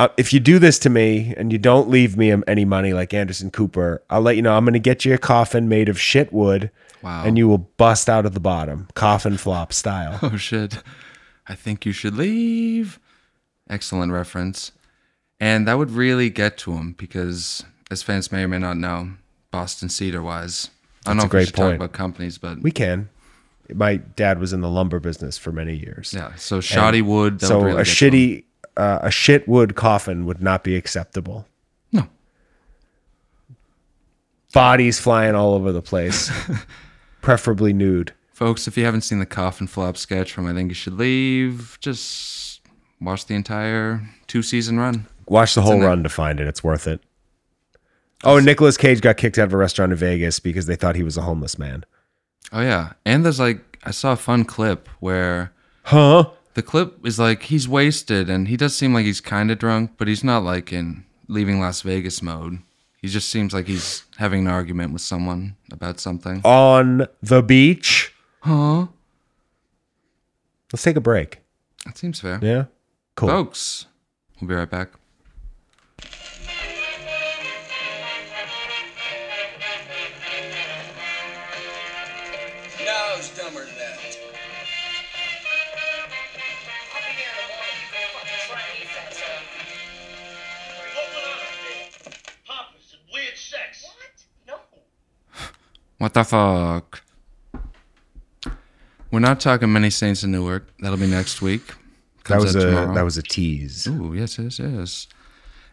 uh, if you do this to me and you don't leave me any money like Anderson Cooper, I'll let you know I'm going to get you a coffin made of shit wood, Wow. and you will bust out of the bottom, coffin flop style. [laughs] Oh shit. I think you should leave. Excellent reference. And that would really get to him because as fans may or may not know, Boston Cedar wise. I don't know a if great we should point. talk about companies, but we can. My dad was in the lumber business for many years. yeah. So shoddy wood. that would so really get a to him. shitty uh, a shit wood coffin would not be acceptable No. [laughs] bodies flying all over the place preferably nude Folks, if you haven't seen the coffin flop sketch from I Think You Should Leave, just watch the entire two season run. Watch the whole in there. run to find it. It's worth it. Oh, and Nicolas Cage got kicked out of a restaurant in Vegas because they thought he was a homeless man. Oh yeah. And there's like I saw a fun clip where Huh? the clip is like he's wasted and he does seem like he's kind of drunk, but he's not like in leaving Las Vegas mode. He just seems like he's having an argument with someone about something. On the beach? Huh? Let's take a break. That seems fair. Yeah? Cool. Folks, we'll be right back. No, it's dumber than that. I'll be there in the morning. Go fucking try and eat that stuff. Open up. Papa, some weird sex. What? No. What the fuck? We're not talking many saints in Newark. That'll be next week. That Comes was out a tomorrow. that was a tease. Ooh, yes, yes, yes.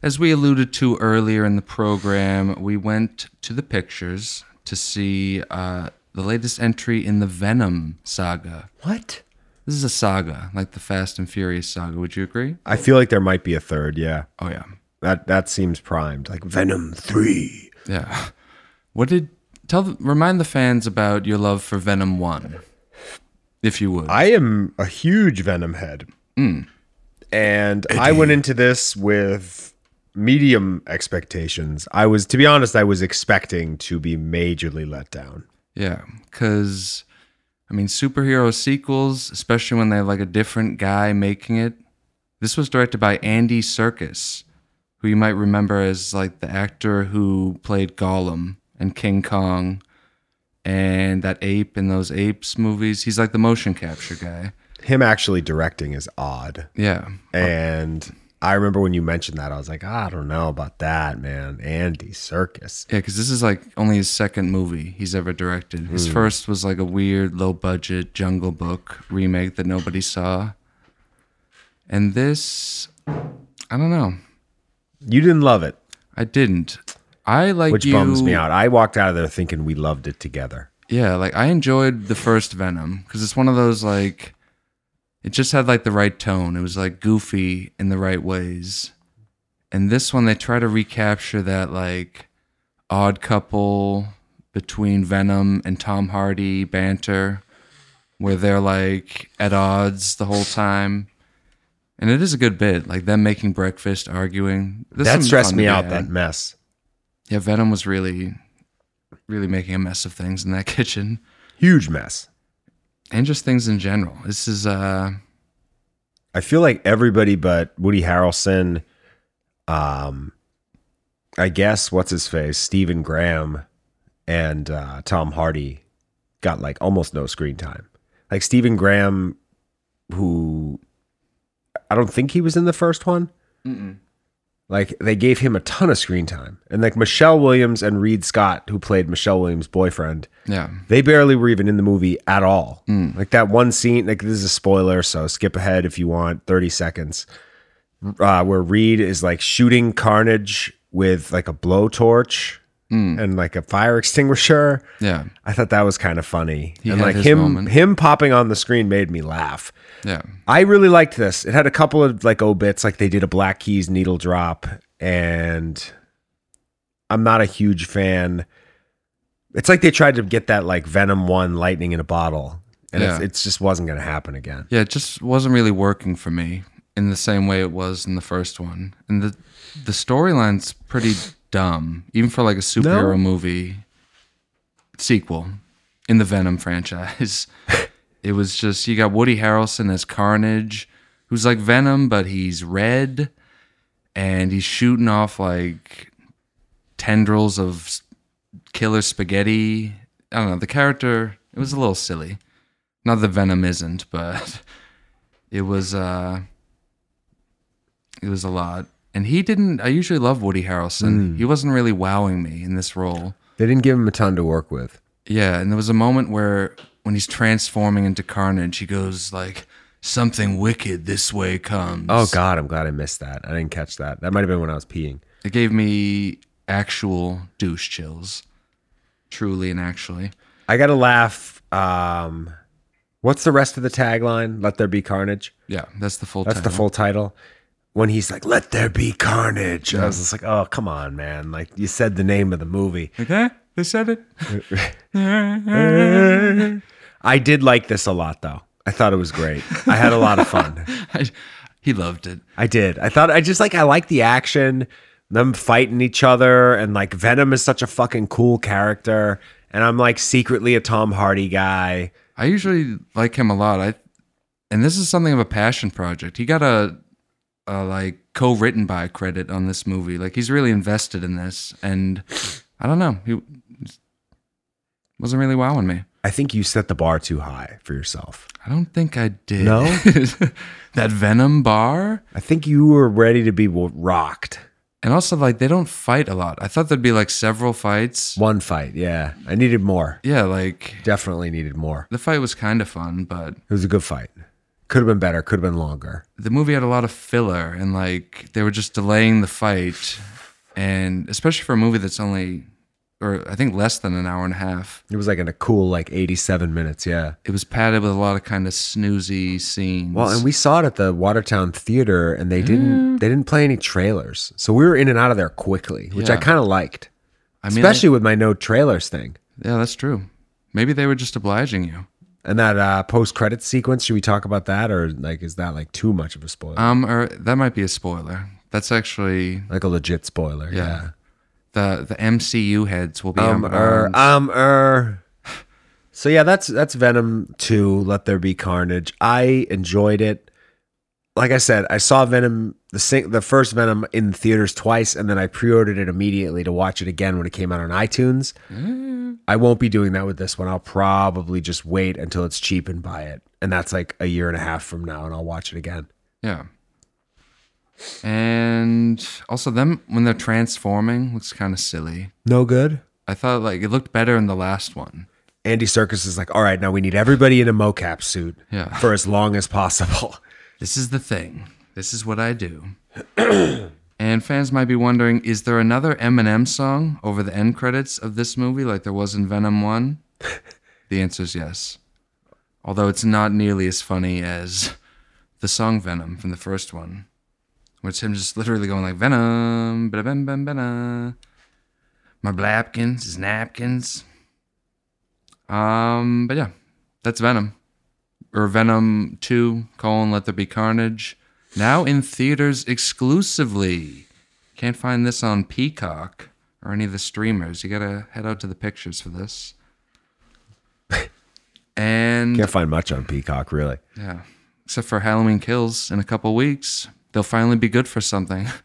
As we alluded to earlier in the program, we went to the pictures to see uh, the latest entry in the Venom saga. What? This is a saga, like the Fast and Furious saga. Would you agree? I feel like there might be a third, yeah. Oh yeah, That that seems primed. Like Venom 3. yeah. What did tell? the- Remind the fans about your love for Venom One, if you would. I am a huge Venom head. Mm. And I went into this with medium expectations. I was, to be honest, I was expecting to be majorly let down. Yeah, because I mean, superhero sequels, especially when they have like a different guy making it. This was directed by Andy Serkis, who you might remember as like the actor who played Gollum and King Kong and that ape in those apes movies. He's like the motion capture guy. Him actually directing is odd. Yeah. And I remember when you mentioned that, I was like, "Ah, I don't know about that, man. Andy Circus. Yeah, because this is like only his second movie he's ever directed. Hmm. His first was like a weird, low budget Jungle Book remake that nobody saw. And this, I don't know. You didn't love it, I didn't. I like which you, bums me out. I walked out of there thinking we loved it together. Yeah, like I enjoyed the first Venom because it's one of those like, it just had like the right tone. It was like goofy in the right ways. And this one, they try to recapture that like odd couple between Venom and Tom Hardy banter where they're like at odds the whole time. And it is a good bit, like them making breakfast, arguing. There's that some stressed fun me to be out, had. that mess. Yeah, Venom was really, really making a mess of things in that [laughs] kitchen Huge mess. and just things in general. This is, uh, I feel like everybody but Woody Harrelson, um, I guess what's his face, Stephen Graham, and uh, Tom Hardy got like almost no screen time. Like Stephen Graham, who I don't think he was in the first one. Like they gave him a ton of screen time, and like Michelle Williams and Reed Scott, who played Michelle Williams' boyfriend, yeah, they barely were even in the movie at all. Hmm. Like that one scene, like this is a spoiler, so skip ahead if you want 30 seconds, uh, where Reed is like shooting Carnage with like a blowtorch Hmm. and like a fire [laughs] extinguisher. yeah, I thought that was kind of funny. and had like his him moment. him popping on the screen made me laugh. yeah. I really liked this. It had a couple of like obits, like they did a Black Keys needle drop, and I'm not a huge fan. It's like they tried to get that like Venom one lightning in a bottle, and it's Yeah. it just wasn't going to happen again. Yeah, it just wasn't really working for me in the same way it was in the first one. And the, the storyline's pretty dumb, even for like a superhero movie sequel in the Venom franchise. it was just, you got Woody Harrelson as Carnage, who's like Venom, but he's red. and he's shooting off like tendrils of s- killer spaghetti. I don't know. The character, it was a little silly. Not that Venom isn't, but [laughs] it was uh it was a lot. And he didn't I usually love Woody Harrelson. Mm. He wasn't really wowing me in this role. They didn't give him a ton to work with. Yeah, and there was a moment where when he's transforming into Carnage, he goes like something wicked this way comes. Oh God, I'm glad I missed that. I didn't catch that. That might have been when I was peeing. It gave me actual douche chills. Truly and actually. I got to laugh Um, what's the rest of the tagline? Let there be carnage. Yeah, that's the full. That's the title. full title. When he's like, "Let there be carnage," I was just like, "Oh, come on, man! Like you said the name of the movie." Okay, they said it. [laughs] I did like this a lot, though. I thought it was great. I had a lot of fun. I, he loved it. I did. I thought I just like I like the action, them fighting each other, and like Venom is such a fucking cool character. And I'm like secretly a Tom Hardy guy. I usually like him a lot. I, and this is something of a passion project. He got a, a like co-written by credit on this movie. Like he's really invested in this, and I don't know. He wasn't really wowing me. I think you set the bar too high for yourself. I don't think I did. No? [laughs] that Venom bar, I think you were ready to be wo- rocked. and also like they don't fight a lot. I thought there'd be like several fights. One fight, yeah. I needed more. Yeah, like Definitely needed more. the fight was kind of fun, but It was a good fight. Could have been better. Could have been longer. the movie had a lot of filler and like they were just delaying the fight and especially for a movie that's only or i think less than an hour and a half It was like in a cool like 87 minutes. Yeah. it was padded with a lot of kind of snoozy scenes Well, and we saw it at the Watertown Theater, and they didn't they didn't play any trailers, so we were in and out of there quickly, which I Yeah. kind of liked, I mean, especially with my no trailers thing. yeah that's true maybe they were just obliging you And that uh, post credit sequence, should we talk about that, or like is that like too much of a spoiler? um or that might be a spoiler that's actually like a legit spoiler? yeah, the the mcu heads will be Um. on- Er. Um. Er. So yeah, that's that's Venom Two. Let there be carnage. I enjoyed it. Like I said, I saw Venom the sing, the first Venom in theaters twice, and then I pre-ordered it immediately to watch it again when it came out on iTunes. I won't be doing that with this one. I'll probably just wait until it's cheap and buy it, and that's like a year and a half from now, and I'll watch it again. yeah and also them when they're transforming looks kind of silly No good. I thought like it looked better in the last one. Andy Circus is like, all right, now we need everybody in a mocap suit Yeah. for as long as possible. This is the thing. This is what I do. [clears throat] and fans might be wondering, is there another Eminem song over the end credits of this movie like there was in Venom 1? the answer is yes. Although it's not nearly as funny as the song Venom from the first one. Where it's him just literally going like Venom, ba bam bam ba My blapkins, his napkins. Um, but yeah, that's Venom or Venom 2, colon, Let There Be Carnage. Now in theaters exclusively. Can't find this on Peacock or any of the streamers. You gotta head out to the pictures for this. And Can't find much on Peacock, really. yeah. Except for Halloween Kills in a couple weeks. They'll finally be good for something. [laughs]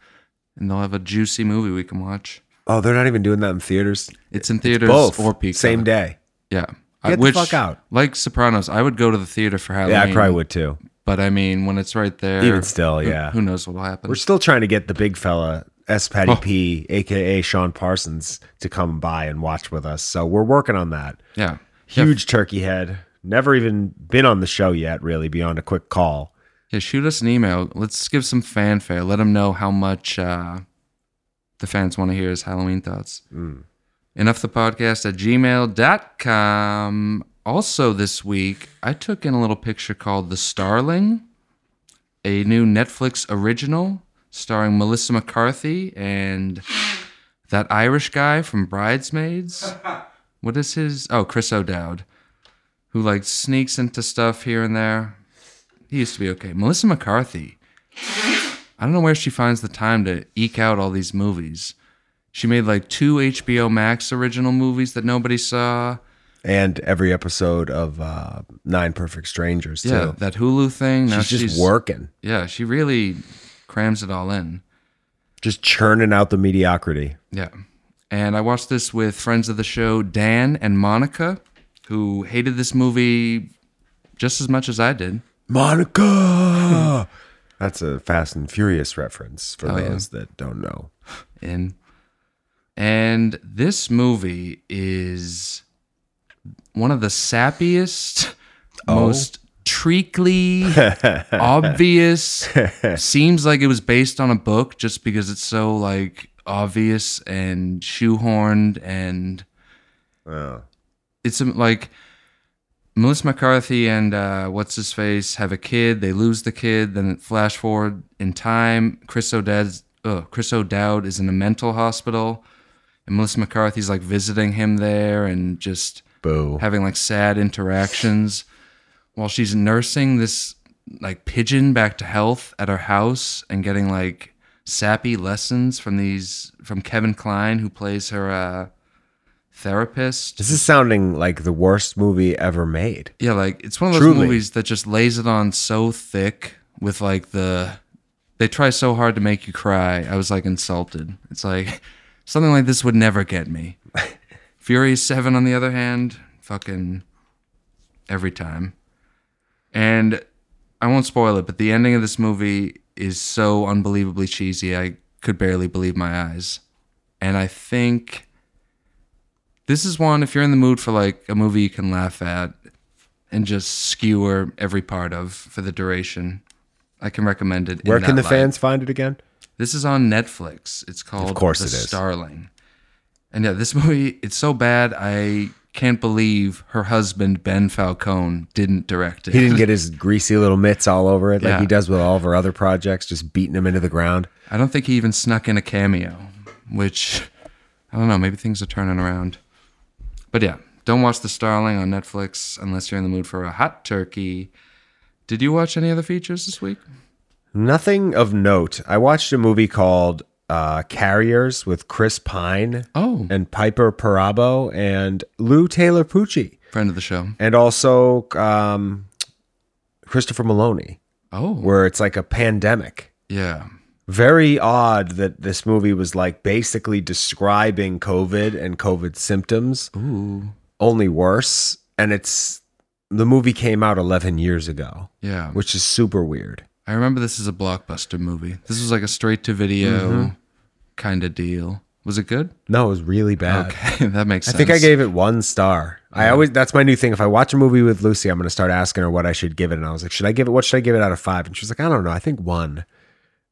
And they'll have a juicy movie we can watch. Oh, they're not even doing that in theaters. It's in theaters Both or Peacock. same day. Yeah. Get the fuck out. Like Sopranos, I would go to the theater for Halloween. Yeah, I probably would too. But I mean, when it's right there. Even still, who- yeah. Who, knows what'll happen? We're still trying to get the big fella S Patty Oh. P, aka Sean Parsons, to come by and watch with us. So we're working on that. yeah. Yeah, Huge turkey head. Never even been on the show yet, really, beyond a quick call. Yeah, shoot us an email. Let's give some fanfare. Let them know how much uh, the fans want to hear his Halloween thoughts. Enough the podcast at gmail.com. Also, this week, I took in a little picture called The Starling, a new Netflix original starring Melissa McCarthy and that Irish guy from Bridesmaids. What is his? Oh, Chris O'Dowd, who like sneaks into stuff here and there. He used to be okay. Melissa McCarthy. I don't know where she finds the time to eke out all these movies. She made like two HBO Max original movies that nobody saw. And every episode of uh, Nine Perfect Strangers, too. Yeah, that Hulu thing. Now she's just working, Yeah, she really crams it all in. just churning out the mediocrity. Yeah. And I watched this with friends of the show, Dan and Monica, who hated this movie just as much as I did. Monica! [laughs] That's a Fast and Furious reference for Oh, yeah. those that don't know. in. And this movie is one of the sappiest, most treacly, obvious. seems like it was based on a book just because it's so like obvious and shoehorned and Oh. it's um, like Melissa McCarthy and uh, what's his face have a kid. They lose the kid. Then it flash forward in time. Chris O'Dowd's, uh, Chris O'Dowd is in a mental hospital, and Melissa McCarthy's like visiting him there and just Boo. having like sad interactions while she's nursing this like pigeon back to health at her house and getting like sappy lessons from these from Kevin Klein who plays her uh therapist. This is sounding like the worst movie ever made. Yeah, like it's one of those Truly. movies that just lays it on so thick with like the they try so hard to make you cry. I was like insulted. It's like [laughs] something like this would never get me. Fury 7 on the other hand, fucking every time. And I won't spoil it, but the ending of this movie is so unbelievably cheesy. I could barely believe my eyes. And I think this is one if you're in the mood for like a movie you can laugh at and just skewer every part of for the duration. I can recommend it. in Where can that the light. fans find it again? This is on Netflix. It's called Of course The it is. Starling. And yeah, this [laughs] movie, it's so bad I can't believe her husband Ben Falcone didn't direct it. He [laughs] didn't get his greasy little mitts all over it like Yeah. he does with all of our other projects, just beating them into the ground. I don't think he even snuck in a cameo, which I don't know, maybe things are turning around. But yeah, don't watch The Starling on Netflix unless you're in the mood for a hot turkey. Did you watch any other features this week? Nothing of note. I watched a movie called uh, Carriers with Chris Pine Oh, and Piper Parabo and Lou Taylor Pucci, friend of the show. and also um, Christopher Maloney, Oh, where it's like a pandemic. yeah. very odd that this movie was like basically describing COVID and COVID symptoms, Ooh, only worse. And it's the movie came out 11 years ago, yeah. which is super weird. I remember this is a blockbuster movie. This was like a straight to video Mm-hmm. kind of deal. Was it good? No, it was really bad. Okay, [laughs] that makes I sense. think I gave it one star. I always that's my new thing. If I watch a movie with Lucy, I'm gonna start asking her what I should give it. And I was like, should I give it? What should I give it out of five? And she was like, I don't know. I think one.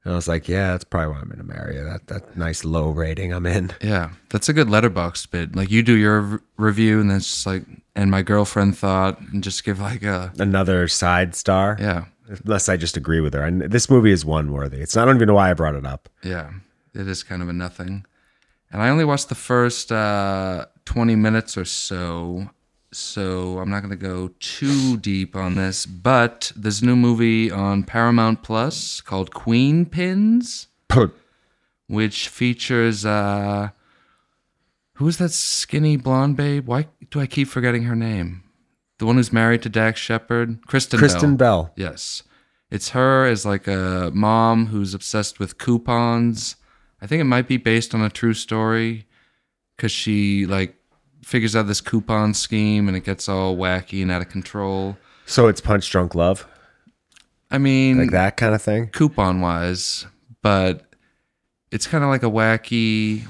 And I was like, yeah, that's probably why I'm gonna marry you. That that nice low rating I'm in. Yeah, that's a good letterbox bid. Like you do your r- review, and then it's just like, and my girlfriend thought, and just give like a Another side star. yeah, unless I just agree with her. And this movie is one worthy. It's I don't even know why I brought it up. yeah. It is kind of a nothing. And I only watched the first uh, twenty minutes or so, so I'm not gonna go too deep on this. But there's a new movie on Paramount Plus called Queen Pins. which features uh who's that skinny blonde babe? Why do I keep forgetting her name? The one who's married to Dax Shepard, Kristen. Kristen Bell. Yes, it's her as like a mom who's obsessed with coupons. I think it might be based on a true story because she like figures out this coupon scheme and it gets all wacky and out of control. So it's Punch Drunk Love, I mean, like that kind of thing. coupon wise, but it's kind of like a wacky.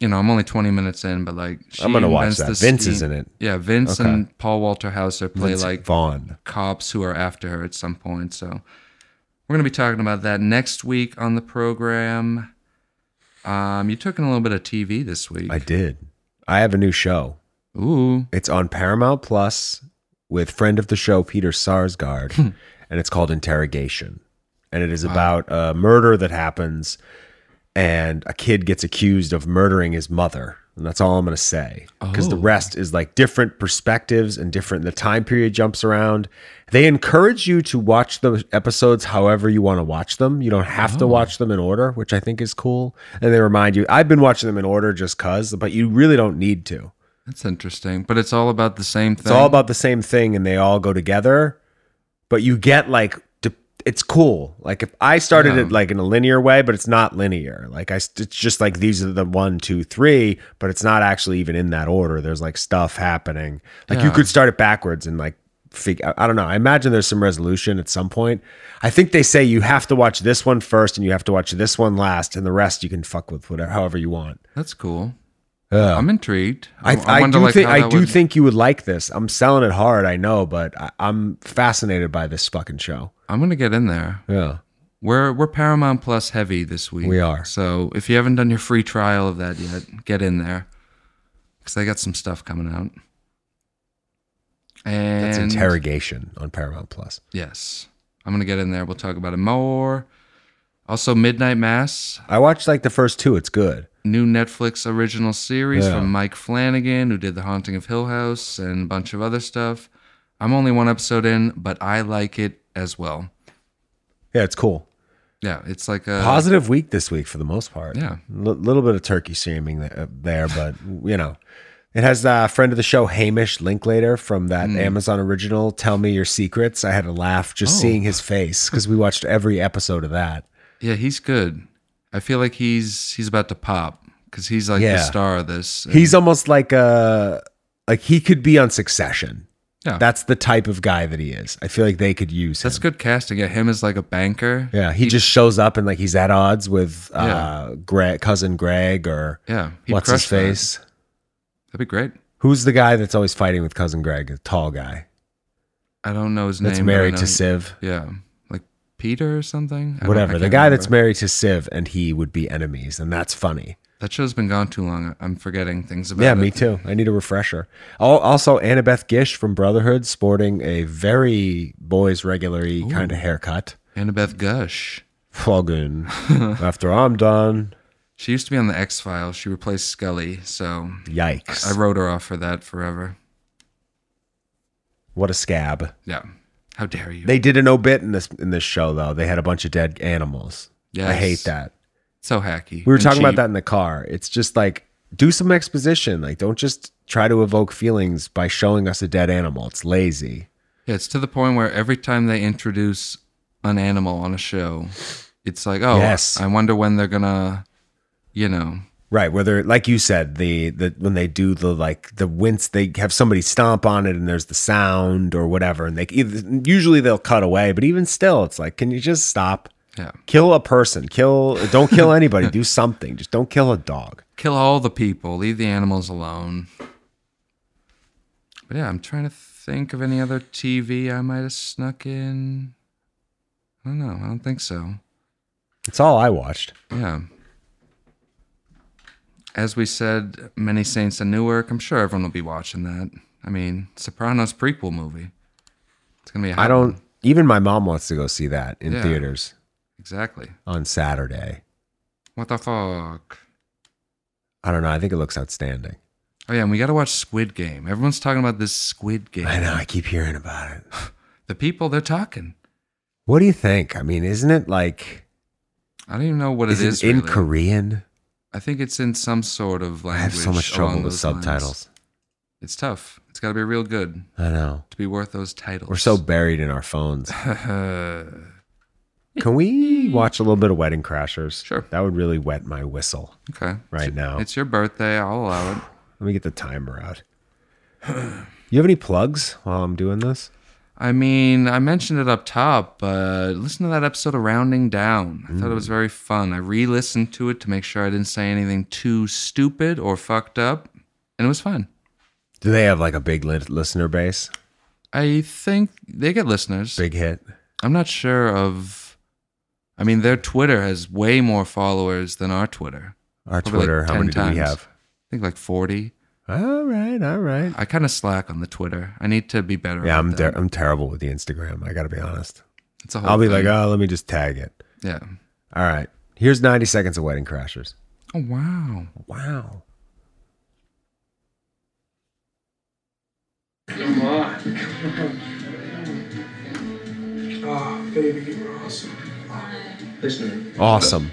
You know, I'm only 20 minutes in, but like she I'm gonna watch invents that. this Vince is in it. Yeah, Vince Okay. and Paul Walter Hauser play Vince like Vaughn. cops who are after her at some point. So we're gonna be talking about that next week on the program. Um, you took in a little bit of TV this week. I did. I have a new show. Ooh, It's on Paramount Plus with friend of the show Peter Sarsgaard, and it's called Interrogation. And it is about a murder that happens, and a kid gets accused of murdering his mother. And that's all I'm going to say because the Oh. rest is like different perspectives and different. The time period jumps around. They encourage you to watch the episodes however you want to watch them. You don't have to watch them in order, which I think is cool. And they remind you, I've been watching them in order just because, but you really don't need to. that's interesting. But it's all about the same thing. It's all about the same thing and they all go together. But you get like de- it's cool. Like if I started Yeah. it like in a linear way, but it's not linear. Like I s- it's just like these are the one, two, three, but it's not actually even in that order. There's like stuff happening. Like you Yeah. could start it backwards and like figure I I don't know. I imagine there's some resolution at some point. I think they say you have to watch this one first and you have to watch this one last and the rest you can fuck with whatever however you want. that's cool. Yeah. I'm intrigued. I, I, wonder, do like, think how I that do would- think you would like this. I'm selling it hard, I know, but I, I'm fascinated by this fucking show. I'm gonna get in there. Yeah, We're we're Paramount Plus heavy this week. We are. So if you haven't done your free trial of that yet, get in there because they got some stuff coming out. And It's interrogation on Paramount Plus. Yes. I'm going to get in there. We'll talk about it more. Also, Midnight Mass, I watched like the first two. It's good. new Netflix original series Yeah. from Mike Flanagan, who did The Haunting of Hill House and a bunch of other stuff. I'm only one episode in, but I like it as well. Yeah, it's cool. Yeah, it's like a Positive week this week for the most part. Uh, Yeah. L- little bit of turkey streaming th- uh, there, but you know, it has a friend of the show Hamish Linklater from that Hmm. Amazon original "Tell Me Your Secrets." I had a laugh just Oh. seeing his face because we watched every episode of that. Yeah, he's good. I feel like he's he's about to pop because he's like the Yeah. star of this. And- He's almost like a like he could be on Succession. Yeah. That's the type of guy that he is. I feel like they could use that's him. good casting. Yeah, him as like a banker. Yeah, he just shows up and like he's at odds with uh Yeah. Greg, cousin Greg or yeah. he'd what's his crush that. face? That'd be great. Who's the guy that's always fighting with cousin Greg? The tall guy I don't know his name. that's but I married know- to Siv. Yeah, like Peter or something. I don't- I Whatever. The can't guy that's remember. married to Siv and he would be enemies, and that's funny. that show's been gone too long. I'm forgetting things about. Yeah, it. me too. I need a refresher. Al- Also, Annabeth Gish from Brotherhood sporting a very boys regular kind of haircut. Annabeth Gush. [laughs] Flogun. After I'm done, She used to be on the X Files. She replaced Scully, so yikes. I wrote her off for that forever. what a scab. Yeah, how dare you? They did an obit in this in this show though. They had a bunch of dead animals. I Yes. hate that. so hacky. We were and talking about cheap. that in the car. It's just like do some exposition. Like don't just try to evoke feelings by showing us a dead animal. It's lazy. Yeah, it's to the point where every time they introduce an animal on a show, it's like, oh, Yes. I wonder when they're gonna, you know, Right, whether like you said, the the when they do the like the wince, they have somebody stomp on it, and there's the sound or whatever, and they either, usually they'll cut away, but even still, it's like, can you just stop? yeah, Kill a person, kill don't kill anybody, [laughs] do something, just don't kill a dog. kill all the people, leave the animals alone. But yeah, I'm trying to think of any other TV I might have snuck in. I don't know. I don't think so. That's all I watched. Yeah. As we said, Many Saints in Newark. I'm sure everyone will be watching that. I mean, Sopranos prequel movie. It's gonna be. A hot I one. don't. Even my mom wants to go see that in Yeah. theaters Exactly. on Saturday. What the fuck? I don't know. I think it looks outstanding. Oh yeah, and we gotta watch Squid Game. Everyone's talking about this Squid Game. I know. I keep hearing about it. The people they're talking. What do you think? I mean, isn't it like I don't even know what is it it is. in really. Korean? I think it's in some sort of I language. have so much trouble along with those lines. subtitles. It's tough. It's gotta be real good I know. to be worth those titles. [laughs] We're so buried in our phones. Can [laughs] we watch a little bit of Wedding Crashers? Sure. That would really wet my whistle okay. right now. It's your birthday. I'll allow it. Let me get the timer out. [clears throat] You have any plugs while I'm doing this? I mean, I mentioned it up top, but listen to that episode of Rounding Down. I Mm. thought it was very fun. I re listened to it to make sure I didn't say anything too stupid or fucked up, and it was fun. Do they have like a big lit- listener base? I think they get listeners. Big hit? I'm not sure of. I mean, their Twitter has way more followers than our Twitter. Our Probably like Twitter, how 10 many do times. we have? I think like 40. All right, all right. I kind of slack on the Twitter. I need to be better. about Yeah, I'm ter- that. I'm terrible with the Instagram. I got to be honest. It's a whole I'll be like, thing. oh, let me just tag it. yeah. All right. Here's 90 seconds of Wedding Crashers. Oh wow. Wow. Awesome.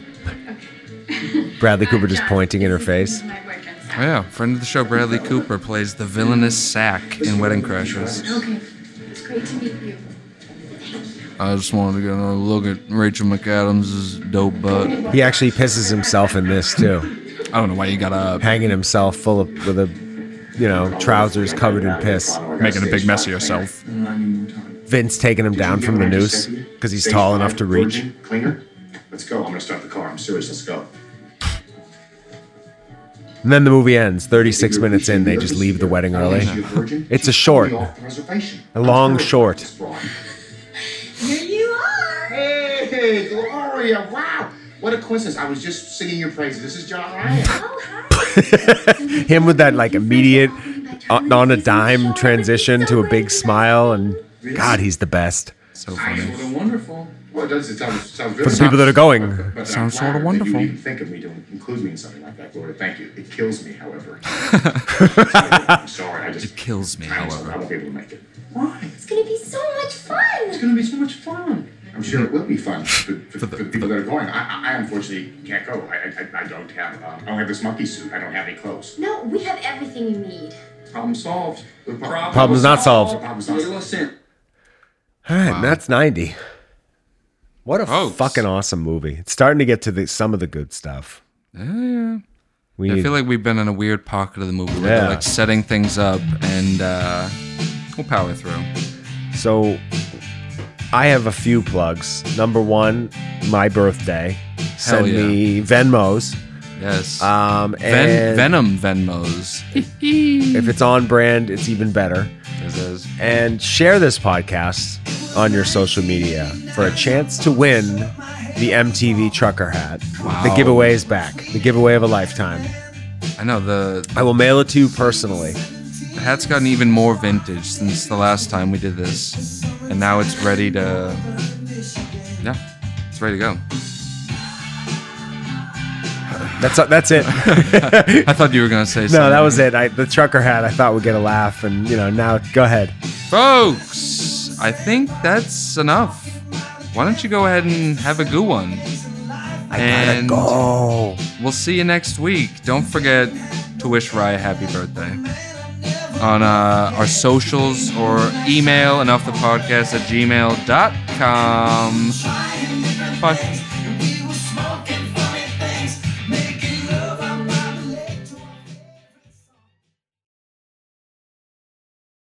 Bradley Cooper just pointing in her face. Oh yeah, friend of the show Bradley Cooper plays the villainous Sack in Wedding Crashers. Okay, it's great to meet you. I just wanted to get another look at Rachel McAdams' dope butt. I He actually pisses himself in this too, don't know why you gotta hanging himself full of with a, you know, trousers covered in piss. making a big mess of yourself. Vince taking him down from the noose because he's tall enough to reach. Cleaner? Let's go. I'm gonna start the car. I'm serious. Let's go. And then the movie ends. 36 minutes in, they just leave the wedding early. It's a short. A long short. Here you are. Hey, Gloria! Wow, what a coincidence! I was just singing your praises. This is John Ryan. [laughs] Oh, hi. Him with that like immediate on on a dime transition to a big smile, and God, he's the best So funny. Sort of wonderful. Well, it does. It sounds, sounds for very the people that are going. But I'm Sounds flattered sorta that wonderful. You even think of me to include me in something like that, Gloria. Thank you. It kills me, however. I'm sorry. I just. It kills me, I'm sorry, I however. won't be able to make it. Why? It's gonna be so much It's fun. going to be so much fun. I'm sure it will be fun for, for, for the people that are going. I, I- I unfortunately can't go. I, I, I don't have. Um, I don't have this monkey suit. I don't have any clothes. No, we have everything you need. Problem solved. The problem Problem's not solved. Problem's not solved. All right, and that's ninety. What a Folks. fucking awesome movie! It's starting to get to the, some of the good stuff. Yeah. We I need, feel like we've been in a weird pocket of the movie where Yeah. they're like setting things up and uh, we'll power through. so. I have a few plugs. Number one, my birthday. Send yeah. me Venmos. Yes. Um, Uh, Ven- and Venom Venmos. If it's on brand, it's even better. It says, and share this podcast on your social media for a chance to win the MTV trucker hat. The giveaway is back. The giveaway of a lifetime. I know the, I will mail it to you personally. the hat's gotten even more vintage since the last time we did this, and now it's ready to. Yeah, it's ready to go. That's that's it. [laughs] I thought you were gonna say something. no, that was it. I, the trucker hat. I thought we'd get a laugh, and you know, now go ahead. Folks, I think that's enough. Why don't you go ahead and have a good one? I And- gotta go. We'll see you next week. Don't forget to wish Rye a happy birthday on uh, our socials or email enoughthepodcast at gmail.com. Bye.